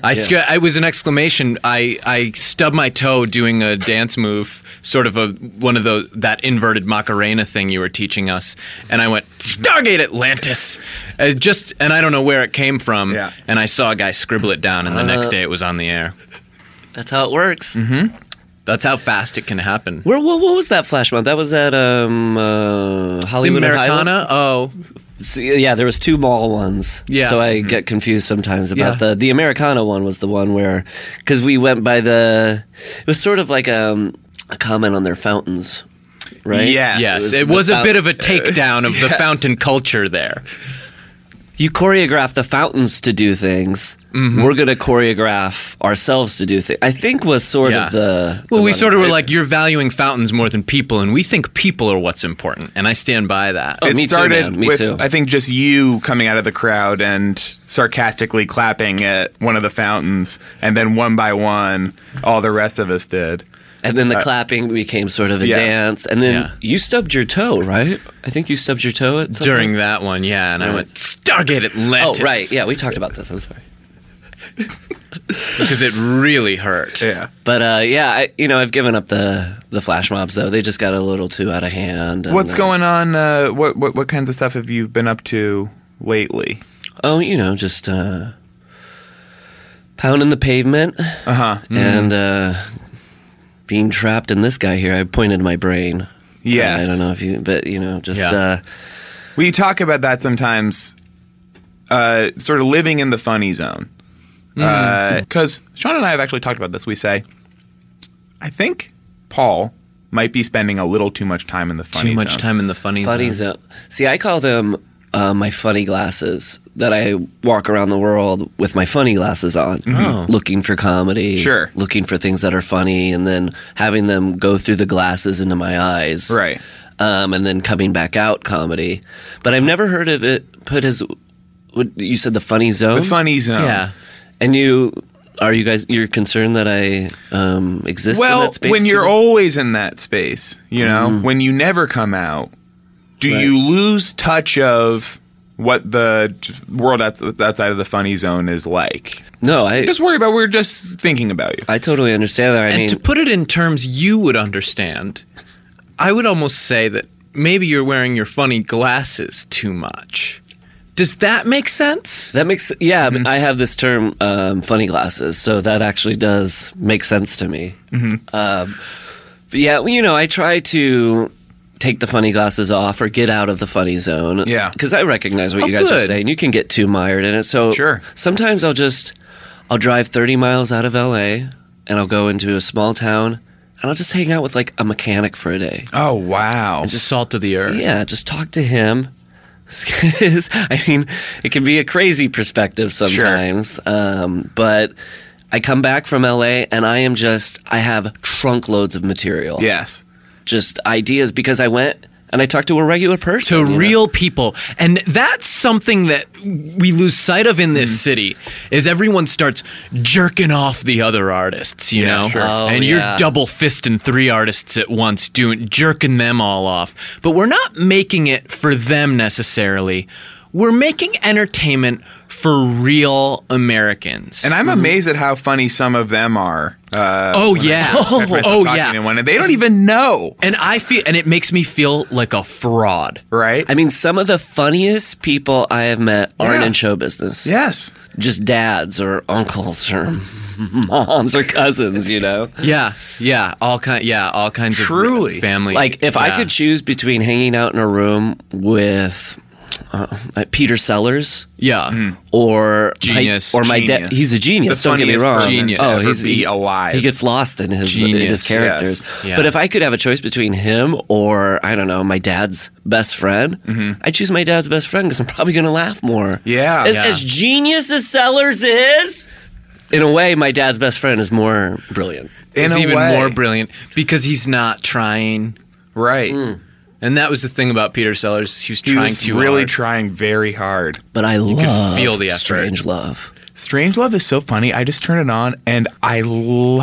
Speaker 3: I sc- I was an exclamation. I I stubbed my toe doing a dance move, sort of a one of those that inverted Macarena thing you were teaching us, and I went Stargate Atlantis, Uh, just and I don't know where it came from.
Speaker 2: Yeah.
Speaker 3: And I saw a guy scribble it down, and the next day it was on the air.
Speaker 4: That's how it works.
Speaker 3: That's how fast it can happen.
Speaker 4: Where what, what was that flash mob? That was at um uh,
Speaker 3: The
Speaker 4: Hollywood and Highland?
Speaker 3: Americana. Oh,
Speaker 4: See, yeah, there was two mall ones.
Speaker 3: Yeah.
Speaker 4: so I get confused sometimes about
Speaker 3: Yeah.
Speaker 4: the the Americana one was the one where because we went by the it was sort of like um, a comment on their fountains, right?
Speaker 2: Yes.
Speaker 3: yes,
Speaker 4: It was
Speaker 3: it
Speaker 4: the
Speaker 3: was a
Speaker 4: fount-
Speaker 3: bit of a takedown of the fountain culture there.
Speaker 4: you choreograph the fountains to do things.
Speaker 3: Mm-hmm.
Speaker 4: We're going to choreograph ourselves to do things. I think was sort
Speaker 3: Yeah.
Speaker 4: of the.
Speaker 3: Well,
Speaker 4: the
Speaker 3: we
Speaker 4: one-
Speaker 3: sort of were like, you're valuing fountains more than people, and we think people are what's important, and I stand by that.
Speaker 4: Oh,
Speaker 2: it
Speaker 4: me too,
Speaker 2: started
Speaker 4: man. Me
Speaker 2: with
Speaker 4: too.
Speaker 2: I think just you coming out of the crowd and sarcastically clapping at one of the fountains, and then one by one, all the rest of us did.
Speaker 4: and then the clapping became sort of a
Speaker 2: yes.
Speaker 4: dance, and then
Speaker 3: uh, Yeah.
Speaker 4: you stubbed your toe, right? I think you stubbed your toe at some
Speaker 3: During
Speaker 4: point.
Speaker 3: that one, yeah, and I went Stargate
Speaker 4: Oh,
Speaker 3: Atlantis.
Speaker 4: right. Yeah, we talked about this. I'm sorry.
Speaker 3: because it really hurt.
Speaker 2: Yeah.
Speaker 4: But uh, yeah, I, you know, I've given up the the flash mobs though. They just got a little too out of hand. and,
Speaker 2: What's
Speaker 4: uh,
Speaker 2: going on? Uh, what, what what kinds of stuff have you been up to lately?
Speaker 4: Oh, you know, just uh, pounding the pavement
Speaker 2: Uh huh.
Speaker 4: and uh, being trapped in this guy here. I pointed my brain. Uh,
Speaker 2: Yes.
Speaker 4: I don't know if you, but you know, just
Speaker 3: Yeah.
Speaker 4: uh,
Speaker 2: We talk about that sometimes, uh, sort of living in the funny zone. Mm-hmm. Because Sean and I have actually talked about this. We say, I think Paul might be spending a little too much time in the funny
Speaker 3: Too much
Speaker 2: zone.
Speaker 3: time in the funny
Speaker 4: funny
Speaker 3: zone.
Speaker 4: zone. uh, See, I call them uh, my funny glasses that I walk around the world with my funny glasses on, Oh. looking for comedy,
Speaker 2: Mm-hmm. Sure.
Speaker 4: looking for things that are funny, and then having them go through the glasses into my eyes,
Speaker 2: Right.
Speaker 4: Um, and then coming back out comedy, but I've never heard of it put as. What, you said the funny zone,
Speaker 2: The funny zone.
Speaker 3: Yeah.
Speaker 4: and you are you guys you're concerned that I um, exist in
Speaker 2: Well,
Speaker 4: that space
Speaker 2: when
Speaker 4: too
Speaker 2: you're
Speaker 4: much?
Speaker 2: always in that space, you know, when you never come out, do
Speaker 4: Right.
Speaker 2: you lose touch of what the world outs- outside of the funny zone is like?
Speaker 4: No, I
Speaker 2: Just worry about. We're just thinking about you.
Speaker 4: I totally understand that. I
Speaker 3: And
Speaker 4: mean,
Speaker 3: to put it in terms you would understand, I would almost say that maybe you're wearing your funny glasses too much. Does that make sense?
Speaker 4: that makes yeah. I mean, I have this term um, funny glasses, so that actually does make sense to me. Um, but yeah, well, you know, I try to take the funny glasses off or get out of the funny zone.
Speaker 2: Yeah.
Speaker 4: because I recognize what
Speaker 3: Oh,
Speaker 4: you guys are
Speaker 3: good.
Speaker 4: saying. You can get too mired in it. So
Speaker 2: Sure.
Speaker 4: sometimes I'll just I'll drive thirty miles out of L.A. and I'll go into a small town. And I'll just hang out with like a mechanic for a day.
Speaker 2: Oh wow!
Speaker 3: Just salt of the earth.
Speaker 4: Yeah, just talk to him. (laughs) I mean, it can be a crazy perspective sometimes, um, but I come back from LA and I am just I have trunk loads of material.
Speaker 2: yes.
Speaker 4: just ideas because I went and I talk to a regular person.
Speaker 3: to
Speaker 4: you know?
Speaker 3: real people and that's something that we lose sight of in
Speaker 2: Mm.
Speaker 3: this city is everyone starts jerking off the other artists you
Speaker 2: Yeah,
Speaker 3: know
Speaker 2: sure. Oh,
Speaker 3: and
Speaker 4: yeah.
Speaker 3: you're double fisting three artists at once doing jerking them all off but we're not making it for them necessarily we're making entertainment for real americans
Speaker 2: And
Speaker 4: Mm-hmm.
Speaker 2: I'm amazed at how funny some of them are. Uh,
Speaker 3: oh
Speaker 2: (laughs)
Speaker 3: yeah
Speaker 2: I find myself
Speaker 3: oh
Speaker 2: talking
Speaker 3: yeah
Speaker 2: to one, and they don't even know,
Speaker 3: and i feel and it makes me feel like a fraud
Speaker 2: right?
Speaker 4: I mean, some of the funniest people I have met aren't
Speaker 2: Yeah.
Speaker 4: in show business.
Speaker 2: yes.
Speaker 4: Just dads or uncles or (laughs) moms or cousins, you know?
Speaker 3: Yeah, yeah, all kind, yeah, all kinds
Speaker 2: Truly.
Speaker 3: of family.
Speaker 4: Like, if I
Speaker 3: yeah.
Speaker 4: could choose between hanging out in a room with uh, like Peter Sellers
Speaker 3: yeah,
Speaker 2: Mm.
Speaker 4: or
Speaker 3: Genius,
Speaker 4: my, or my dad,
Speaker 2: genius.
Speaker 4: he's a genius.
Speaker 2: The
Speaker 4: don't get me
Speaker 2: funniest
Speaker 4: wrong.
Speaker 2: person
Speaker 3: Genius. to
Speaker 4: Oh,
Speaker 3: ever
Speaker 4: he's
Speaker 2: be
Speaker 4: he-
Speaker 2: alive.
Speaker 4: He gets lost in his in
Speaker 3: Genius,
Speaker 4: his characters.
Speaker 2: yes.
Speaker 3: Yeah.
Speaker 4: But if I could have a choice between him or I don't know, my dad's best friend, I choose my dad's best friend because I'm probably going to laugh more.
Speaker 2: Yeah.
Speaker 4: As,
Speaker 2: Yeah.
Speaker 4: as genius as Sellers is, in a way, my dad's best friend is more brilliant.
Speaker 2: In
Speaker 3: he's
Speaker 2: a
Speaker 3: even
Speaker 2: way.
Speaker 3: more brilliant because he's not trying.
Speaker 2: Right.
Speaker 3: And that was the thing about Peter Sellers; he was
Speaker 2: He
Speaker 3: Mm. trying
Speaker 2: was
Speaker 3: too
Speaker 2: really
Speaker 3: hard.
Speaker 2: trying very hard.
Speaker 4: But I love
Speaker 3: feel the effort.
Speaker 4: strange love.
Speaker 2: Strange Love is so funny. I just turn it on and I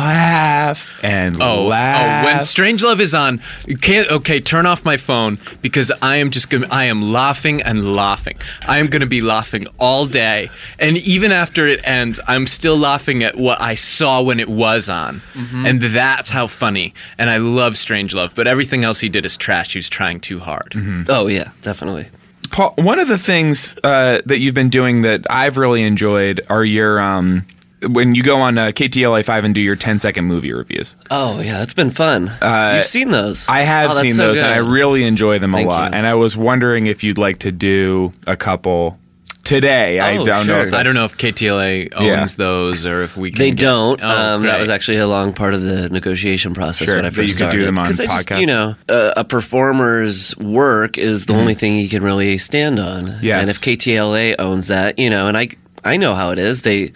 Speaker 2: laugh and
Speaker 3: Oh,
Speaker 2: laugh.
Speaker 3: oh, when Strange Love is on, you can't. Okay, turn off my phone because I am just. Gonna, I am laughing and laughing. I am going to be laughing all day, and even after it ends, I'm still laughing at what I saw when it was on,
Speaker 4: Mm-hmm.
Speaker 3: and that's how funny. And I love Strange Love, but everything else he did is trash. He was trying too hard.
Speaker 4: Oh yeah, definitely.
Speaker 2: Paul, one of the things uh, that you've been doing that I've really enjoyed are your um, when you go on uh, KTLA five and do your 10 second movie reviews.
Speaker 4: Oh yeah, it's been fun. You've seen those?
Speaker 2: Uh, I have
Speaker 4: Oh, that's
Speaker 2: seen
Speaker 4: so
Speaker 2: those,
Speaker 4: good.
Speaker 2: and I really enjoy them
Speaker 4: Thank
Speaker 2: a lot.
Speaker 4: you.
Speaker 2: And I was wondering if you'd like to do a couple today. I
Speaker 4: Oh,
Speaker 2: don't know.
Speaker 4: sure.
Speaker 2: If that's-
Speaker 3: I don't know if KTLA owns
Speaker 2: Yeah.
Speaker 3: those or if we can
Speaker 4: They
Speaker 3: get-
Speaker 4: don't.
Speaker 3: Oh,
Speaker 4: um, that
Speaker 3: great.
Speaker 4: was actually a long part of the negotiation process
Speaker 2: Sure,
Speaker 4: when I
Speaker 2: but you
Speaker 4: first
Speaker 2: could do
Speaker 4: started.
Speaker 2: them on
Speaker 4: 'Cause I just-
Speaker 2: podcasts. Mm-hmm.
Speaker 4: you know, a, a performer's work is the only thing he can really stand on.
Speaker 2: Yes.
Speaker 4: And if KTLA owns that, you know, and I I know how it is. They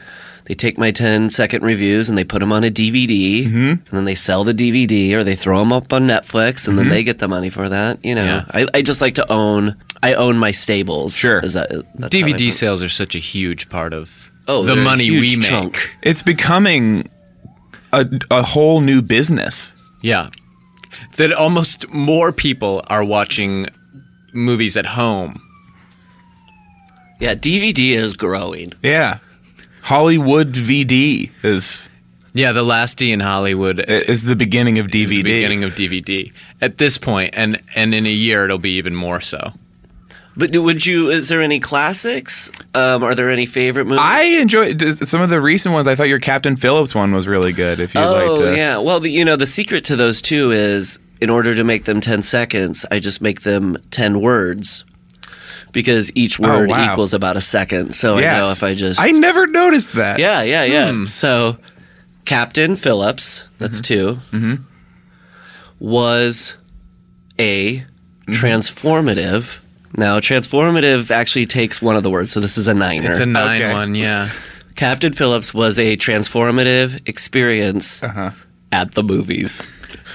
Speaker 4: they take my 10 second reviews and they put them on a DVD
Speaker 2: Mm-hmm.
Speaker 4: and then they sell the DVD or they throw them up on Netflix and then
Speaker 2: Mm-hmm.
Speaker 4: they get the money for that. You know,
Speaker 3: Yeah.
Speaker 4: I, I just like to own I own my stables.
Speaker 2: Sure.
Speaker 4: Is that, that's how I
Speaker 3: DVD
Speaker 4: put-
Speaker 3: sales are such a huge part of
Speaker 4: Oh,
Speaker 3: the
Speaker 4: they're a
Speaker 3: money
Speaker 4: huge
Speaker 3: we
Speaker 4: chunk.
Speaker 3: make.
Speaker 2: It's becoming a, a whole new business.
Speaker 3: Yeah. That almost more people are watching movies at home.
Speaker 4: Yeah, DVD is growing.
Speaker 2: Yeah, Hollywood VD is
Speaker 3: Yeah, The Last D in Hollywood is
Speaker 2: is the beginning of DVD.
Speaker 3: the beginning of DVD at this point, and, and in a year it'll be even more so.
Speaker 4: But do- would you? Is there any classics? Um, are there any favorite movies?
Speaker 2: I enjoy d- some of the recent ones. I thought your Captain Phillips one was really good. If you'd
Speaker 4: oh
Speaker 2: like to,
Speaker 4: yeah. Well, the, you know, the secret to those two is in order to make them ten seconds, I just make them ten words because each word
Speaker 2: Oh, wow.
Speaker 4: equals about a second. So
Speaker 2: Yes.
Speaker 4: I know if I just
Speaker 2: I hmm. never noticed that.
Speaker 4: yeah yeah yeah. So Captain Phillips, that's 2 Mm-hmm. Was a
Speaker 2: Mm-hmm.
Speaker 4: transformative. Now, transformative actually takes one of the words, so this is a niner.
Speaker 3: It's a nine
Speaker 2: Okay.
Speaker 3: one, yeah.
Speaker 4: Captain Phillips was a transformative experience
Speaker 2: Uh-huh.
Speaker 4: at the movies.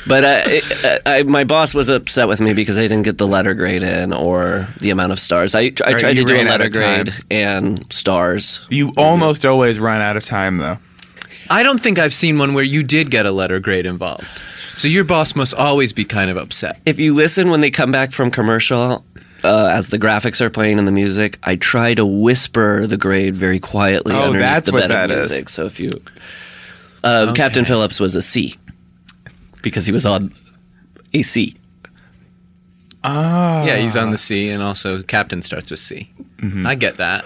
Speaker 4: But uh, it, uh, I, my boss was upset with me because I didn't get the letter grade in or the amount of stars. I, I tried
Speaker 2: you
Speaker 4: to do a
Speaker 2: ran out
Speaker 4: letter
Speaker 2: of time.
Speaker 4: grade and stars.
Speaker 2: you
Speaker 3: Mm-hmm.
Speaker 2: almost always run out of time though.
Speaker 3: I don't think I've seen one where you did get a letter grade involved. So your boss must always be kind of upset.
Speaker 4: If you listen when they come back from commercial, uh, as the graphics are playing and the music, I try to whisper the grade very quietly
Speaker 2: Oh,
Speaker 4: underneath
Speaker 2: that's
Speaker 4: the
Speaker 2: what
Speaker 4: bed
Speaker 2: that
Speaker 4: of
Speaker 2: is.
Speaker 4: music. So if you, uh, Captain Phillips was a C because he was on a C.
Speaker 3: Yeah, he's on the C, and also Captain starts with C. I get that.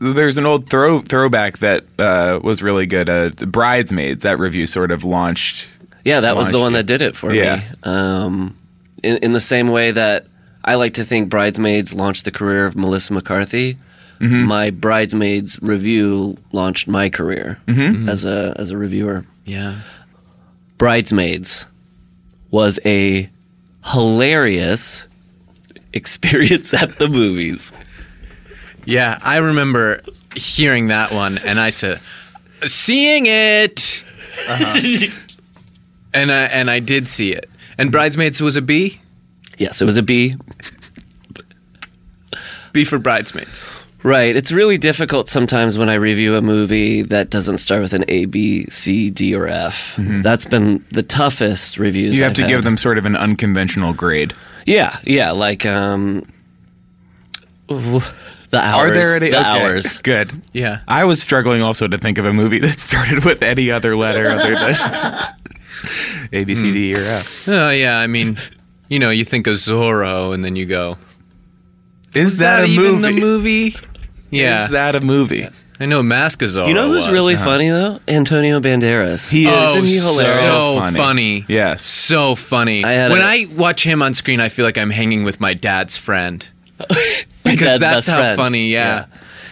Speaker 2: There's an old throw throwback that uh, was really good. Uh, the Bridesmaids that review sort of launched.
Speaker 4: Yeah, that was the
Speaker 2: Launched
Speaker 4: one
Speaker 2: you.
Speaker 4: that did it for
Speaker 2: Yeah.
Speaker 4: me. Um, in, in the same way that I like to think Bridesmaids launched the career of Melissa McCarthy, my Bridesmaids review launched my career as a as a reviewer.
Speaker 3: Yeah.
Speaker 4: Bridesmaids was a hilarious (laughs) experience at the movies.
Speaker 3: Yeah, I remember hearing that one, and I said, "Seeing it,"
Speaker 4: Uh-huh.
Speaker 3: and I and I did see it. And bridesmaids was a B.
Speaker 4: Yes, it was a B.
Speaker 3: B for bridesmaids.
Speaker 4: Right. It's really difficult sometimes when I review a movie that doesn't start with an A, B, C, D, or F. That's been the toughest reviews.
Speaker 2: Mm-hmm. You have
Speaker 4: I've
Speaker 2: to give
Speaker 4: had.
Speaker 2: them sort of an unconventional grade.
Speaker 4: Yeah, yeah. Like um, ooh, the hours.
Speaker 2: Are there any
Speaker 4: the
Speaker 2: okay, (laughs)
Speaker 4: hours?
Speaker 2: Good.
Speaker 3: Yeah.
Speaker 2: I was struggling also to think of a movie (laughs) that started with any other letter other than
Speaker 4: (laughs)
Speaker 2: A B C D E or F.
Speaker 3: Oh yeah, I mean, you know, you think of Zorro, and then you go,
Speaker 2: Is that, a
Speaker 3: even the
Speaker 2: movie?
Speaker 3: movie? Yeah,
Speaker 2: Is that a movie?
Speaker 3: I know Mask of Zorro.
Speaker 2: Oh,
Speaker 4: You know who's
Speaker 3: was.
Speaker 4: really funny though? Antonio Banderas.
Speaker 2: Uh-huh. He is
Speaker 3: Oh,
Speaker 4: Isn't he
Speaker 2: (laughs)
Speaker 4: hilarious?
Speaker 3: so funny.
Speaker 2: Yes.
Speaker 3: so funny.
Speaker 4: I had
Speaker 3: when
Speaker 4: a-
Speaker 3: I watch him on screen, I feel like I'm hanging with my dad's friend because that's
Speaker 4: dad's best
Speaker 3: how
Speaker 4: friend.
Speaker 3: funny. Yeah.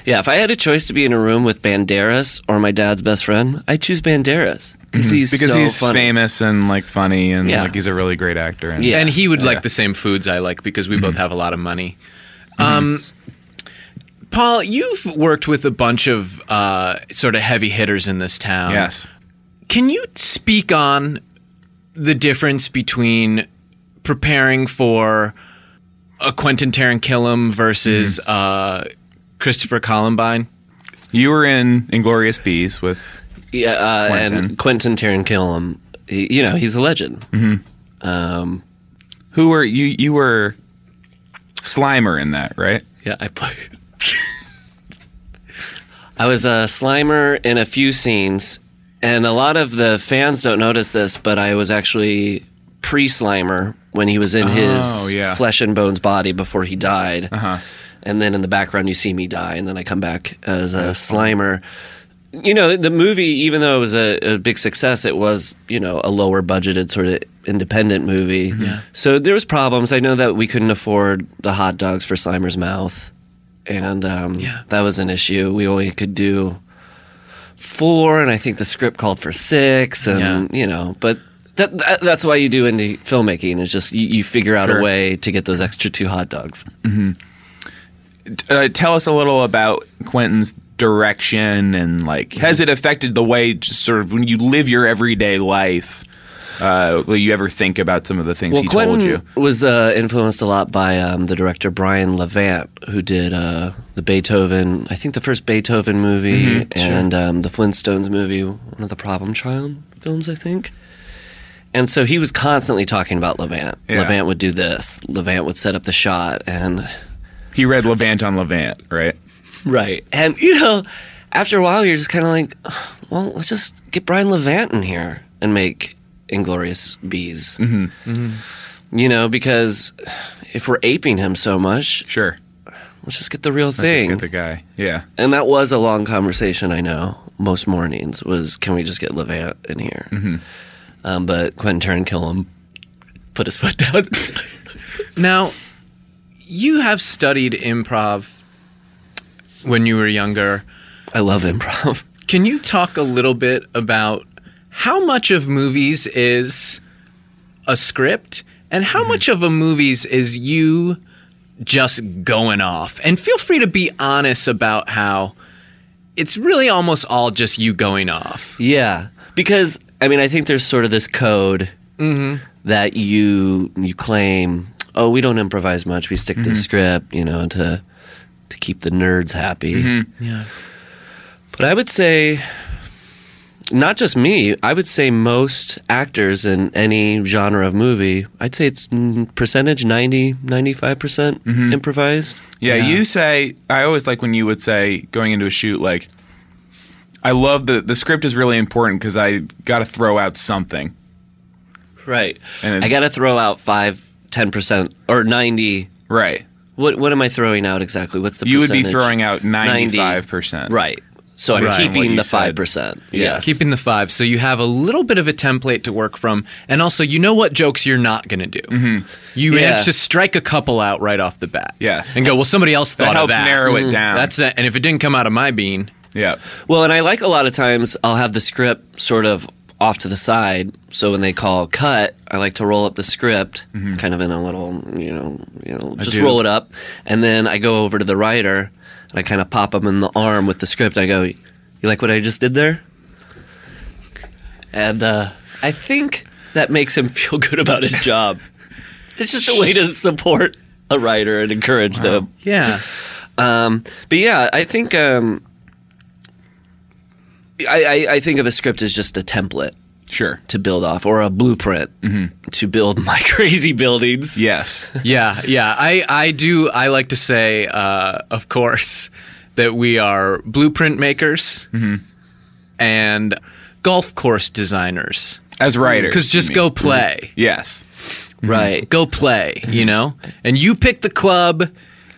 Speaker 4: Yeah, if I had a choice to be in a room with Banderas or my dad's best friend, I choose Banderas because he's
Speaker 2: Mm-hmm. Because
Speaker 4: so
Speaker 2: he's
Speaker 4: funny.
Speaker 2: famous and like funny and
Speaker 4: Yeah.
Speaker 2: like he's a really great actor. And
Speaker 4: Yeah. Mm-hmm.
Speaker 3: and he would like the same foods I like because we both have a lot of money. Um, Paul, you've worked with a bunch of uh, sort of heavy hitters in this town.
Speaker 2: Yes.
Speaker 3: Can you speak on the difference between preparing for a Quentin Tarantino versus
Speaker 4: Mm-hmm.
Speaker 3: uh, Christopher Columbine?
Speaker 2: You were in Inglorious Bees with
Speaker 4: Yeah, uh,
Speaker 2: Quentin. Mm-hmm.
Speaker 4: and Quentin Tarantino. um, He, you know, he's a legend.
Speaker 2: who were you? You were Slimer in that, right?
Speaker 4: Yeah, I played. (laughs) I was a Slimer in a few scenes, and a lot of the fans don't notice this, but I was actually pre Slimer when he was in his
Speaker 2: Oh, yeah. Uh-huh.
Speaker 4: flesh and bones body before he died. And then in the background, you see me die, and then I come back as a Slimer. You know, the movie, even though it was a, a big success, it was, you know, a lower budgeted sort of independent movie. So there was problems. I know that we couldn't afford the hot dogs for Slimer's mouth and um, that was an issue. We only could do four, and I think the script called for six, and you know, but that, that that's why you do indie filmmaking is just you, you figure out
Speaker 2: Sure.
Speaker 4: a way to get those extra two hot dogs.
Speaker 2: uh, tell us a little about Quentin's direction and like has it affected the way just sort of when you live your everyday life? Uh, will you ever think about some of the things
Speaker 4: Well,
Speaker 2: he
Speaker 4: Quentin
Speaker 2: told you?
Speaker 4: was uh, influenced a lot by um, the director Brian Levant, who did uh, the Beethoven, I think the first Beethoven movie,
Speaker 2: Mm-hmm,
Speaker 4: and um, the Flintstones movie, one of the Problem Child films, I think. And so he was constantly talking about Levant.
Speaker 2: Yeah.
Speaker 4: Levant would do this. Levant would set up the shot, and
Speaker 2: He read Levant on Levant, right?
Speaker 4: right, and you know, after a while, you're just kind of like, well, let's just get Brian Levant in here and make Inglorious Bees. Mm-hmm. You know, because if we're aping him so much,
Speaker 2: Sure.
Speaker 4: let's just get the real
Speaker 2: Let's
Speaker 4: thing.
Speaker 2: get the guy. Yeah.
Speaker 4: and that was a long conversation. I know most mornings was, can we just get Levant in here?
Speaker 2: Mm-hmm.
Speaker 4: Um, but Quentin Tarantino put his foot down. (laughs)
Speaker 3: Now, you have studied improv when you were younger.
Speaker 4: I love improv.
Speaker 3: Can you talk a little bit about how much of movies is a script and how
Speaker 2: Mm-hmm.
Speaker 3: much of a movies is you just going off? And feel free to be honest about how it's really almost all just you going off.
Speaker 4: Yeah, because I mean, I think there's sort of this code that you you claim. Oh, we don't improvise much. We stick to the script, you know, to to keep the nerds happy.
Speaker 3: Yeah.
Speaker 4: But I would say, not just me, I would say most actors in any genre of movie, I'd say it's mm, percentage 90, 95% percent improvised.
Speaker 2: Yeah, you say I always like when you would say going into a shoot like I love the the script is really important cuz I got to throw out something.
Speaker 4: Right.
Speaker 2: And it-
Speaker 4: I got to throw out 5, 10% or 90.
Speaker 2: Right.
Speaker 4: What, what am I throwing out exactly? What's the
Speaker 2: You would be
Speaker 4: percentage?
Speaker 2: throwing out
Speaker 4: 90.
Speaker 2: 95%.
Speaker 4: Right. So I'm
Speaker 2: Right. What
Speaker 4: keeping
Speaker 2: you
Speaker 4: the
Speaker 2: said.
Speaker 4: 5%.
Speaker 2: Yeah.
Speaker 4: Yes.
Speaker 3: Keeping the five. So you have a little bit of a template to work from. And also, you know what jokes you're not going to do.
Speaker 2: Mm-hmm.
Speaker 3: You
Speaker 4: Yeah.
Speaker 3: manage to strike a couple out right off the bat.
Speaker 2: Yes.
Speaker 3: And go, well, somebody else thought
Speaker 2: That
Speaker 3: of
Speaker 2: helps
Speaker 3: that. Mm-hmm.
Speaker 2: narrow it down.
Speaker 3: That's it. And if it didn't come out of my bean,
Speaker 2: Yeah.
Speaker 4: Well, and I like a lot of times I'll have the script sort of off to the side. So when they call cut, I like to roll up the script, kind of in a little, you know, you know, just
Speaker 2: do.
Speaker 4: roll it up, and then I go over to the writer and I kind of pop him in the arm with the script. I go, "You like what I just did there?" (laughs) And uh, I think that makes him feel good about his job. it's just a way to support a writer and encourage them.
Speaker 3: Yeah.
Speaker 4: Um, but yeah, I think um, I, I, I think of a script as just a template
Speaker 2: Sure.
Speaker 4: to build off or a blueprint to build (laughs) my crazy buildings. (laughs)
Speaker 2: Yes.
Speaker 3: yeah, yeah. I, I do. I like to say, uh, of course, that we are blueprint makers
Speaker 2: Mm-hmm.
Speaker 3: and golf course designers.
Speaker 2: As writers.
Speaker 3: Because just
Speaker 2: you
Speaker 3: go
Speaker 2: mean. Mm-hmm.
Speaker 3: play,
Speaker 2: Yes.
Speaker 4: Right.
Speaker 3: go play.
Speaker 2: Mm-hmm.
Speaker 3: You know, and you pick the club,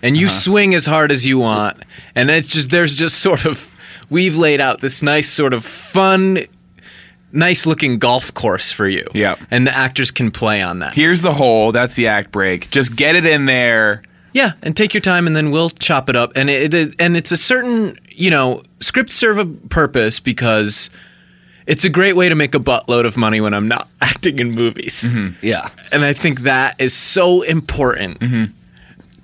Speaker 3: and you
Speaker 2: Uh-huh.
Speaker 3: swing as hard as you want, and it's just there's just sort of we've laid out this nice sort of fun. Nice looking golf course for you.
Speaker 2: Yep.
Speaker 3: And the actors can play on that.
Speaker 2: Here's the hole. That's the act break. Just get it in there.
Speaker 3: Yeah, and take your time, and then we'll chop it up. And it, it and it's a certain you know scripts serve a purpose because it's a great way to make a buttload of money when I'm not (laughs) acting in movies,
Speaker 4: Yeah.
Speaker 3: and I think that is so important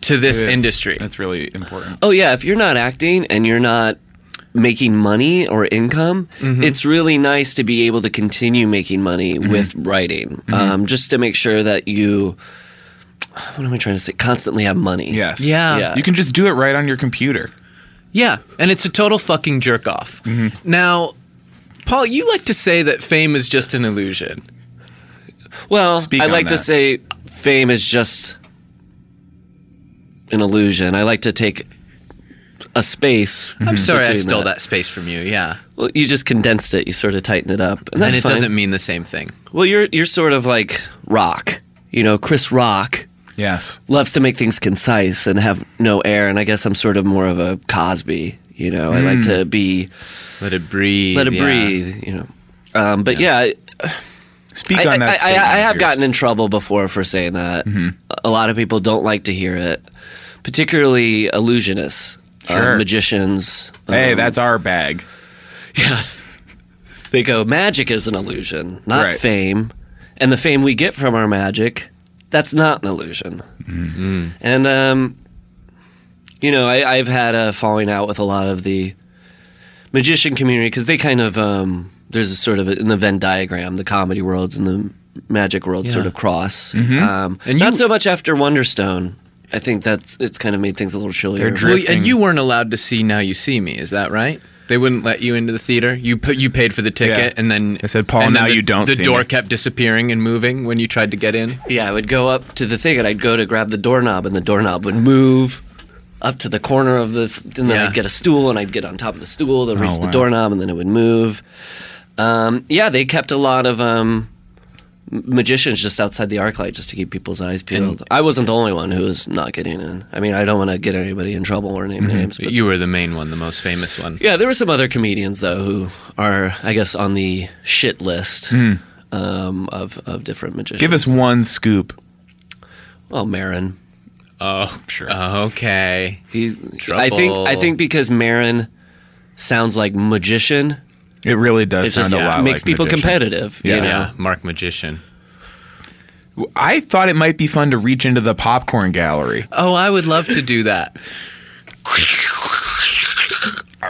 Speaker 3: to this
Speaker 2: It is.
Speaker 3: industry.
Speaker 2: That's really important.
Speaker 4: Oh yeah, if you're not acting and you're not making money or income, it's really nice to be able to continue making money with writing. Um, just to make sure that you (sighs) what am I trying to say? Constantly have money.
Speaker 2: Yes.
Speaker 3: Yeah.
Speaker 4: Yeah.
Speaker 2: You can just do it right on your computer.
Speaker 3: Yeah, and it's a total fucking jerk off. Now, Paul, you like to say that fame is just an illusion.
Speaker 4: Well,
Speaker 2: Speak
Speaker 4: I
Speaker 2: on
Speaker 4: like to
Speaker 2: that.
Speaker 4: say fame is just an illusion. I like to take a space.
Speaker 3: I'm sorry, I
Speaker 4: between
Speaker 3: stole that. space from you. Yeah,
Speaker 4: Well, you just condensed it. You sort of tightened it up, and, that's
Speaker 3: and it
Speaker 4: fine.
Speaker 3: doesn't mean the same thing.
Speaker 4: Well, you're you're sort of like rock. You know, Chris Rock
Speaker 2: Yes.
Speaker 4: loves to make things concise and have no air. And I guess I'm sort of more of a Cosby. You know, I like to be
Speaker 3: Let it breathe.
Speaker 4: let it
Speaker 3: yeah.
Speaker 4: breathe. You know, um, but yeah, I-
Speaker 2: Speak
Speaker 4: I,
Speaker 2: on that.
Speaker 4: I, I,
Speaker 2: statement Mm-hmm.
Speaker 4: I
Speaker 2: of
Speaker 4: have
Speaker 2: yours.
Speaker 4: gotten in trouble before for saying that. A lot of people don't like to hear it, particularly illusionists, uh,
Speaker 2: Sure.
Speaker 4: magicians.
Speaker 2: Hey,
Speaker 4: um,
Speaker 2: that's our bag.
Speaker 4: they go. Magic is an illusion, not
Speaker 2: Right.
Speaker 4: fame, and the fame we get from our magic, that's not an illusion.
Speaker 3: Mm-hmm.
Speaker 4: And um, you know, I, I've had a falling out with a lot of the magician community because they kind of um, there's a sort of in the Venn diagram, the comedy worlds and the magic world sort of cross. Um,
Speaker 3: Mm-hmm. And
Speaker 4: not
Speaker 3: you-
Speaker 4: so much after Wonderstone. I think that's it's kind of made things a little chillier.
Speaker 2: dr-
Speaker 3: Well,
Speaker 2: drifting.
Speaker 3: and you weren't allowed to see Now You See Me, is that right? They wouldn't let you into the theater. You put you paid for the ticket,
Speaker 2: Yeah.
Speaker 3: and then
Speaker 2: They said, "Paul,
Speaker 3: and then
Speaker 2: now
Speaker 3: the-
Speaker 2: you don't
Speaker 3: The
Speaker 2: see
Speaker 3: door
Speaker 2: me."
Speaker 3: kept disappearing and moving when you tried to get in.
Speaker 4: Yeah, I would go up to the thing and I'd go to grab the doorknob and the doorknob would move up to the corner of the and then
Speaker 3: Yeah.
Speaker 4: I'd get a stool and I'd get on top of the stool, then reach the
Speaker 2: Oh, wow.
Speaker 4: doorknob and then it would move. Um, yeah, they kept a lot of um, m- magicians just outside the arc light just to keep people's eyes peeled. I wasn't the only one who was not getting in. I mean, I don't want to get anybody in trouble or name
Speaker 2: Mm-hmm.
Speaker 4: names, but
Speaker 3: You were the main one, the most famous one.
Speaker 4: yeah, there were some other comedians though who are, I guess, on the shit list um, of of different magicians.
Speaker 2: Hmm. Give us one scoop.
Speaker 4: well, Marin.
Speaker 3: Oh,
Speaker 2: Sure.
Speaker 3: okay.
Speaker 4: He's I think I
Speaker 3: Trouble.
Speaker 4: think because Marin sounds like magician,
Speaker 2: It really does
Speaker 4: it
Speaker 2: sound
Speaker 4: just
Speaker 2: a lot.
Speaker 4: makes
Speaker 2: like
Speaker 4: people
Speaker 2: magician.
Speaker 4: competitive.
Speaker 2: Yeah.
Speaker 4: You know?
Speaker 3: Yeah, Mark Magician.
Speaker 2: I thought it might be fun to reach into the popcorn gallery.
Speaker 3: Oh, I would love to do that.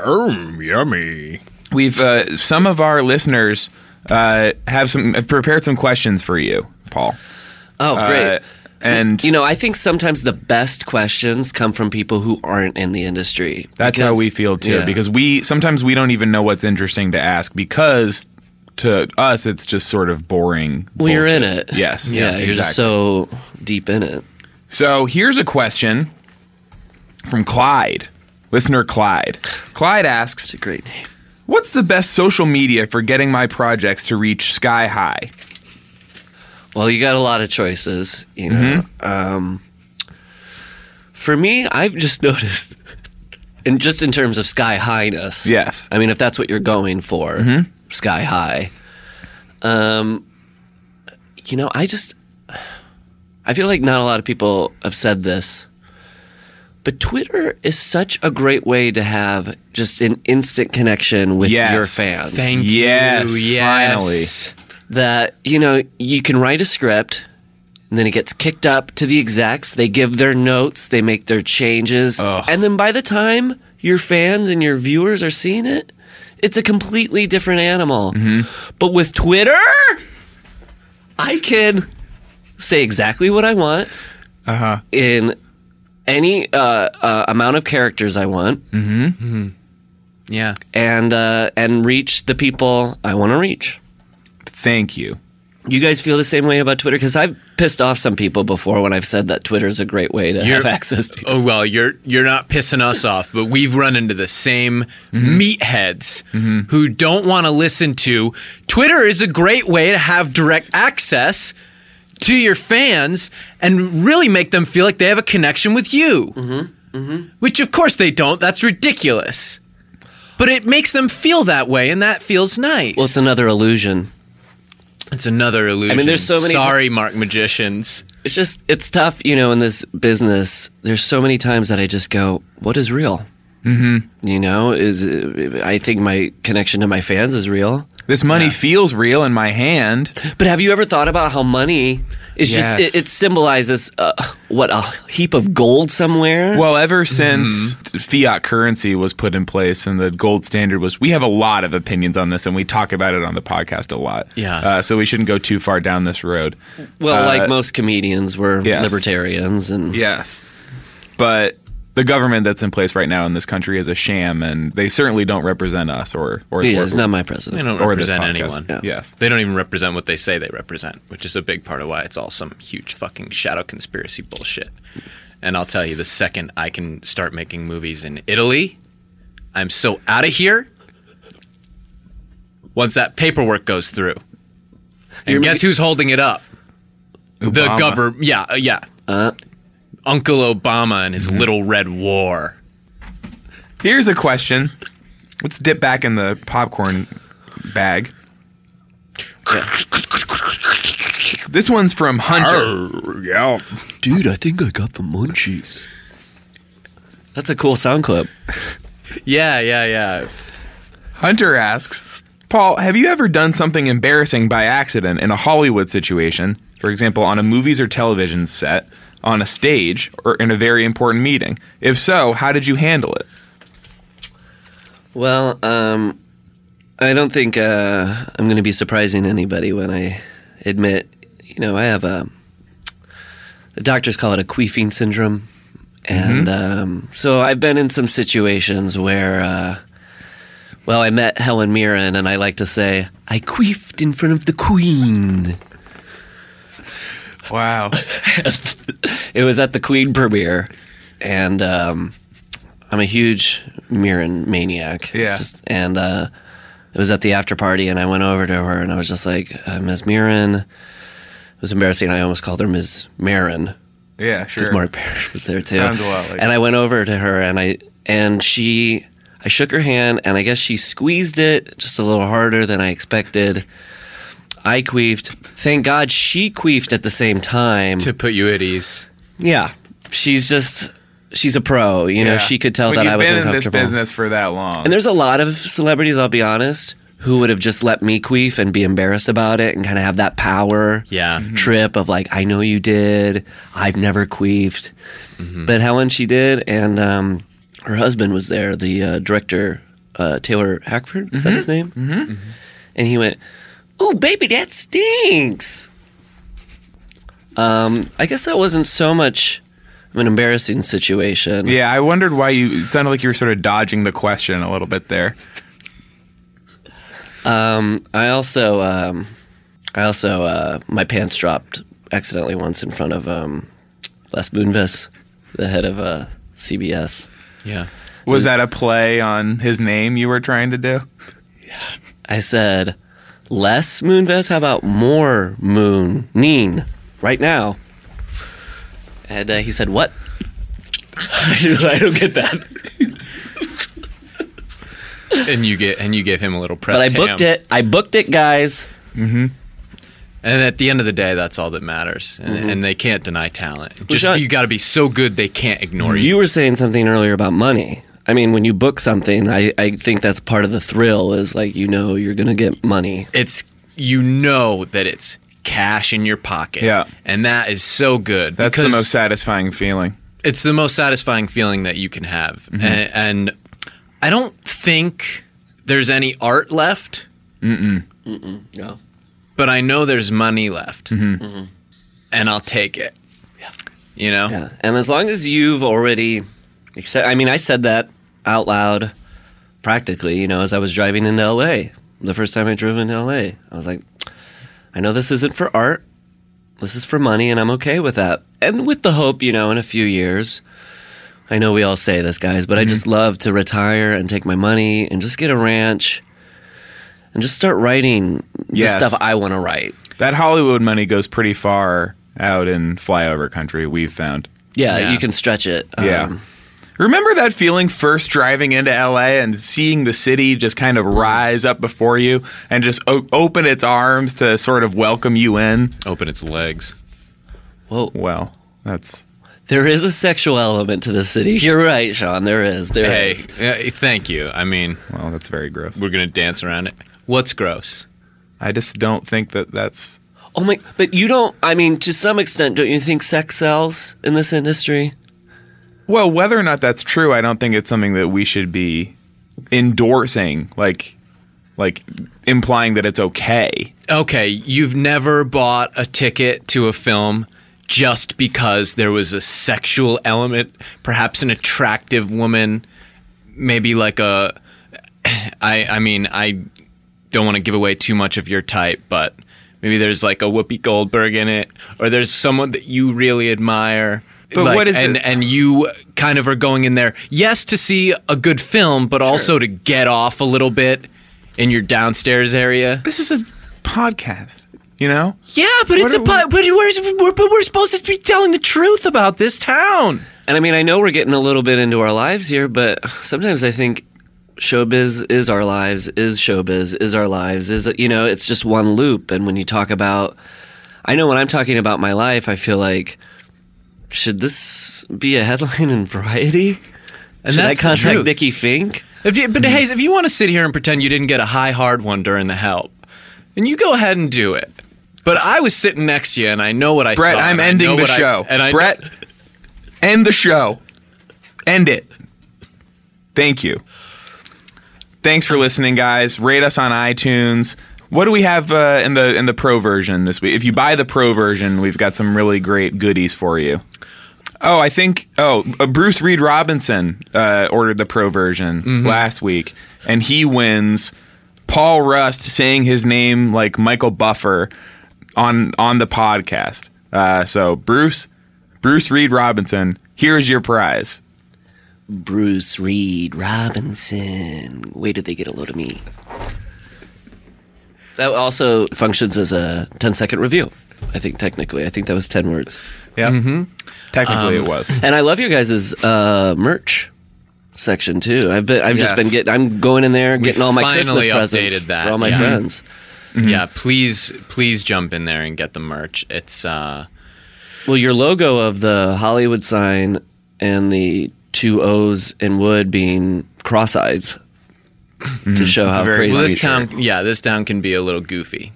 Speaker 2: yummy. We've uh, some of our listeners uh, have some have prepared some questions for you, Paul.
Speaker 4: Oh,
Speaker 2: Uh,
Speaker 4: great.
Speaker 2: and
Speaker 4: you know, I think sometimes the best questions come from people who aren't in the industry.
Speaker 2: That's
Speaker 4: Because-
Speaker 2: how we feel too,
Speaker 4: yeah.
Speaker 2: because we sometimes we don't even know what's interesting to ask because to us it's just sort of boring.
Speaker 4: well, you're in
Speaker 2: bullshit.
Speaker 4: it.
Speaker 2: Yes,
Speaker 4: Yeah,
Speaker 2: yeah,
Speaker 4: you're just so deep in it.
Speaker 2: So here's a question from Clyde, listener Clyde. Clyde asks,
Speaker 4: It's a great name.
Speaker 2: "What's the best social media for getting my projects to reach sky high?"
Speaker 4: Well, you got a lot of choices, you know.
Speaker 2: Mm-hmm.
Speaker 4: Um, for me, I've just (laughs) noticed, and just in terms of sky highness.
Speaker 2: Yes. Mm-hmm.
Speaker 4: I mean, if that's what you're going for, sky high. Um, you know, I just, I feel like not a lot of people have said this, but Twitter is such a great way to have just an instant connection with
Speaker 2: Yes.
Speaker 4: your fans
Speaker 3: Thank
Speaker 2: Yes,
Speaker 3: you. Yes. Finally.
Speaker 4: that you know you can write a script and then it gets kicked up to the execs they give their notes they make their changes
Speaker 2: Ugh.
Speaker 4: and then by the time your fans and your viewers are seeing it it's a completely different animal but with twitter i can say exactly what I want in any uh, uh, amount of characters I want,
Speaker 3: Yeah.
Speaker 4: and uh, and reach the people I want to reach.
Speaker 2: Thank you.
Speaker 4: You guys feel the same way about Twitter? Because I've pissed off some people before when I've said that Twitter is a great way to have access to.
Speaker 3: Oh well, you're you're not pissing us off, but we've run into the same
Speaker 4: Mm-hmm.
Speaker 3: meatheads who don't want to listen to Twitter is a great way to have direct access to your fans and really make them feel like they have a connection with you.
Speaker 4: Mm-hmm.
Speaker 3: Which of course they don't. That's ridiculous. But it makes them feel that way, and that feels nice.
Speaker 4: Well, it's another illusion.
Speaker 3: it's another illusion.
Speaker 4: there's so many
Speaker 3: Sorry, Mark magicians.
Speaker 4: It's just it's tough, you know, in this business. There's so many times that I just go, "What is real?" Mm-hmm. You know, is I think my connection to my fans is real.
Speaker 2: This money feels real in my hand.
Speaker 4: But have you ever thought about how money is
Speaker 2: Yes.
Speaker 4: just it, it symbolizes uh, what a heap of gold somewhere?
Speaker 2: Well, ever since t- fiat currency was put in place and the gold standard was, we have a lot of opinions on this, and we talk about it on the podcast a lot.
Speaker 3: Yeah.
Speaker 2: Uh, so we shouldn't go too far down this road.
Speaker 4: Well, like most comedians, we're
Speaker 2: uh, yes.
Speaker 4: libertarians, and
Speaker 2: Yes, but the government that's in place right now in this country is a sham, and they certainly don't represent us or or
Speaker 4: yeah,
Speaker 2: or-
Speaker 4: it's not my
Speaker 3: They
Speaker 4: president.
Speaker 3: don't
Speaker 2: or this
Speaker 3: represent
Speaker 2: podcast.
Speaker 3: anyone.
Speaker 4: Yeah.
Speaker 2: Yes.
Speaker 3: They don't even represent what they say they represent, which is a big part of why it's all some huge fucking shadow conspiracy bullshit. And I'll tell you, the second I can start making movies in Italy, I'm so out of here. Once that paperwork goes through, and
Speaker 4: You're
Speaker 3: guess
Speaker 4: making-
Speaker 3: who's holding it up? The
Speaker 2: Obama.
Speaker 3: government. Yeah, uh, yeah.
Speaker 4: Uh,
Speaker 3: Uncle Obama
Speaker 2: Mm-hmm.
Speaker 3: and his little red war.
Speaker 2: Here's a question. Let's dip back in the popcorn bag. This one's from Hunter.
Speaker 3: yeah.
Speaker 4: Dude, I think I got the munchies. That's a cool sound clip.
Speaker 3: Yeah, yeah, yeah.
Speaker 2: Hunter asks, Paul, have you ever done something embarrassing by accident in a Hollywood situation? For example, on a movies or television set, on a stage, or in a very important meeting? If so, how did you handle it?
Speaker 4: Well, um, I don't think uh, I'm going to be surprising anybody when I admit, you know, I have a. The doctors call it a queefing syndrome, and um, so I've been in some situations where, uh, well, I met Helen Mirren, and I like to say I queefed in front of the Queen.
Speaker 2: Wow.
Speaker 4: It was at the Queen premiere, and um, I'm a huge Mirren maniac.
Speaker 2: Yeah.
Speaker 4: Just, and uh, it was at the after party, and I went over to her, and I was just like, uh, Ms. Mirren. It was embarrassing. I almost called her Ms. Marin
Speaker 2: Yeah, sure.
Speaker 4: because Mark Parrish was there too.
Speaker 2: Sounds a lot like
Speaker 4: and I went over to her, and I and she, I shook her hand, and I guess she squeezed it just a little harder than I expected. I queefed. Thank God she queefed at the same time.
Speaker 3: To put you at ease.
Speaker 4: Yeah, she's just she's a pro. You know,
Speaker 2: Yeah.
Speaker 4: she could tell
Speaker 2: when
Speaker 4: that
Speaker 2: you've
Speaker 4: I was
Speaker 2: been in this
Speaker 4: uncomfortable.
Speaker 2: business for that long.
Speaker 4: and there's a lot of celebrities. I'll be honest, who would have just let me queef and be embarrassed about it and kind of have that power
Speaker 3: Yeah. Mhm.
Speaker 4: trip of like, I know you did. I've never queefed, but Helen she did, and um, her husband was there, the uh, director uh, Taylor Hackford. Is that his name? Mm-hmm. And he went, "Oh, baby, that stinks." Um, I guess that wasn't so much of an embarrassing situation.
Speaker 2: Yeah, I wondered why you. It sounded like you were sort of dodging the question a little bit there.
Speaker 4: I also, um, I also, uh, my pants dropped accidentally once in front of um, Les Moonves, the head of uh, CBS.
Speaker 3: Yeah.
Speaker 2: Was that a play on his name you were trying to do?
Speaker 4: I said, "Less Moonves, how about more Moon Neen right now?" And uh, he said, "What?" (laughs) I don't- I don't get that.
Speaker 3: And you get and you give him a little press.
Speaker 4: But I
Speaker 3: to
Speaker 4: booked
Speaker 3: him.
Speaker 4: it. I booked it, guys.
Speaker 3: And at the end of the day, that's all that matters. And,
Speaker 4: Mm-hmm.
Speaker 3: and they can't deny talent. Just
Speaker 4: I-
Speaker 3: you got to be so good they can't ignore you.
Speaker 4: You were saying something earlier about money. I mean, when you book something, I, I think that's part of the thrill is like you know you're gonna get money.
Speaker 3: It's you know that it's cash in your pocket.
Speaker 2: Yeah.
Speaker 3: and that is so good.
Speaker 2: That's the
Speaker 3: because
Speaker 2: most satisfying feeling.
Speaker 3: It's the most satisfying feeling that you can have.
Speaker 4: Mm-hmm.
Speaker 3: A- And, I don't think there's any art left,
Speaker 4: No. Mm-hmm.
Speaker 3: but I know there's money left. Mm-hmm. and I'll take it. You know?
Speaker 4: Yeah. And as long as you've already, except, I mean, I said that out loud practically, you know, as I was driving into LA. The first time I drove into LA, I was like, I know this isn't for art. This is for money, and I'm okay with that. And with the hope, you know, in a few years, I know we all say this, guys, but
Speaker 2: Mm-hmm.
Speaker 4: I just love to retire and take my money and just get a ranch and just start writing
Speaker 2: Yes.
Speaker 4: the stuff I want to write.
Speaker 2: That Hollywood money goes pretty far out in flyover country, we've found.
Speaker 4: Yeah,
Speaker 3: Yeah.
Speaker 4: you can stretch it.
Speaker 2: Yeah.
Speaker 4: Um,
Speaker 2: Remember that feeling first driving into LA and seeing the city just kind of rise up before you and just o- open its arms to sort of welcome you in?
Speaker 3: Open its legs.
Speaker 4: whoa.
Speaker 2: Well, that's
Speaker 4: There is a sexual element to the city. You're right, Sean. There is. There
Speaker 3: Hey,
Speaker 4: is.
Speaker 3: uh, thank you. I mean,
Speaker 2: well, that's very gross.
Speaker 3: we're going to dance around it. What's gross?
Speaker 2: I just don't think that that's
Speaker 4: Oh my! But you don't. I mean, to some extent, don't you think sex sells in this industry?
Speaker 2: Well, whether or not that's true, I don't think it's something that we should be endorsing, like like implying that it's okay.
Speaker 3: Okay, you've never bought a ticket to a film just because there was a sexual element, perhaps an attractive woman, maybe like a I I mean, I don't want to give away too much of your type, but maybe there's like a Whoopi Goldberg in it or there's someone that you really admire.
Speaker 2: But
Speaker 3: like,
Speaker 2: what is
Speaker 3: and
Speaker 2: it-
Speaker 3: and you kind of are going in there, yes, to see a good film, but also to get off a little bit in your downstairs area.
Speaker 2: This is a podcast, you know?
Speaker 3: Yeah, but it's
Speaker 2: are
Speaker 3: a po- but we're, we're but we're supposed to be telling the truth about this town.
Speaker 4: And I mean, I know we're getting a little bit into our lives here, but sometimes I think showbiz is our lives, is showbiz, is our lives, is, you know, it's just one loop. And when you talk about, I know when I'm talking about my life, I feel like, should this be a headline in Variety?
Speaker 3: And
Speaker 4: should I
Speaker 3: that's the
Speaker 4: contact
Speaker 3: truth.
Speaker 4: Nikki Fink?
Speaker 3: If you, but Hayes, if you want to sit here and pretend you didn't get a high hard one during the help, then you go ahead and do it. But I was sitting next to you, and I know what I
Speaker 2: Brett,
Speaker 3: saw.
Speaker 2: I'm
Speaker 3: and I know
Speaker 2: ending the
Speaker 3: what I-
Speaker 2: show.
Speaker 3: and I,
Speaker 2: Brett, end the show. End it. Thank you. Thanks for listening, guys. Rate us on iTunes. What do we have uh, in the in the pro version this week? If you buy the pro version, we've got some really great goodies for you. Oh, I think. Oh, uh, Bruce Reed Robinson uh, ordered the pro version
Speaker 3: Mm-hmm.
Speaker 2: last week, and he wins. Paul Rust saying his name like Michael Buffer on on the podcast. Uh, so Bruce, Bruce Reed Robinson, here is your prize.
Speaker 4: Bruce Reed Robinson. Wait did they get a load of me. That also functions as a 10 second review, I think, technically. I think that was 10 words.
Speaker 2: Yeah, technically it was.
Speaker 4: And I love your guys' uh, merch section too. I've been, I've just
Speaker 3: Yes.
Speaker 4: been getting, I'm going in there, getting all my Christmas
Speaker 3: finally
Speaker 4: presents
Speaker 3: updated that,
Speaker 4: for all my
Speaker 3: yeah.
Speaker 4: friends.
Speaker 2: Mm-hmm.
Speaker 3: Yeah, please, please jump in there and get the merch. It's uh,
Speaker 4: Well, your logo of the Hollywood sign and the two O's in wood being cross-eyed to show how
Speaker 2: very Mm.
Speaker 4: crazy.
Speaker 3: Mm-hmm.
Speaker 2: Please
Speaker 3: well, this
Speaker 2: be sure.
Speaker 3: town. Yeah, this town can be a little goofy.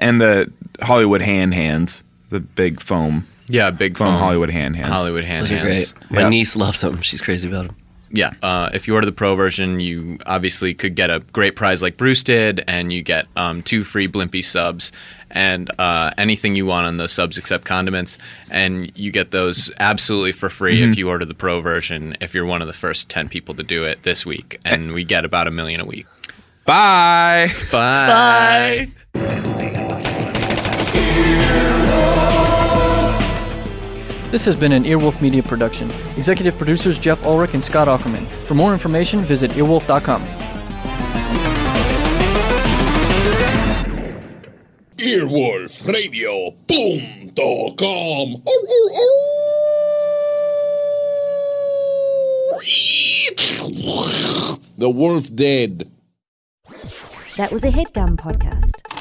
Speaker 2: And the Hollywood hand hands, the big foam
Speaker 3: Yeah, big
Speaker 2: foam
Speaker 3: phone.
Speaker 2: Hollywood hand hands.
Speaker 3: Hollywood hand
Speaker 4: Those are
Speaker 3: hands.
Speaker 4: great. My
Speaker 2: Yeah.
Speaker 4: niece loves them. She's crazy about them.
Speaker 3: yeah, uh, if you order the pro version, you obviously could get a great prize like Bruce did, and you get um, two free Blimpy subs and uh, anything you want on those subs except condiments. And you get those absolutely for free if you order the pro version, if you're one of the first 10 people to do it this week. And we get about a million a week.
Speaker 2: Bye.
Speaker 3: Bye.
Speaker 4: Bye.
Speaker 5: This has been an Earwolf Media production. Executive producers Jeff Ulrich and Scott Ackerman. For more information, visit earwolf.com.
Speaker 6: Earwolfradio.com. The wolf dead.
Speaker 7: That was a headgum podcast.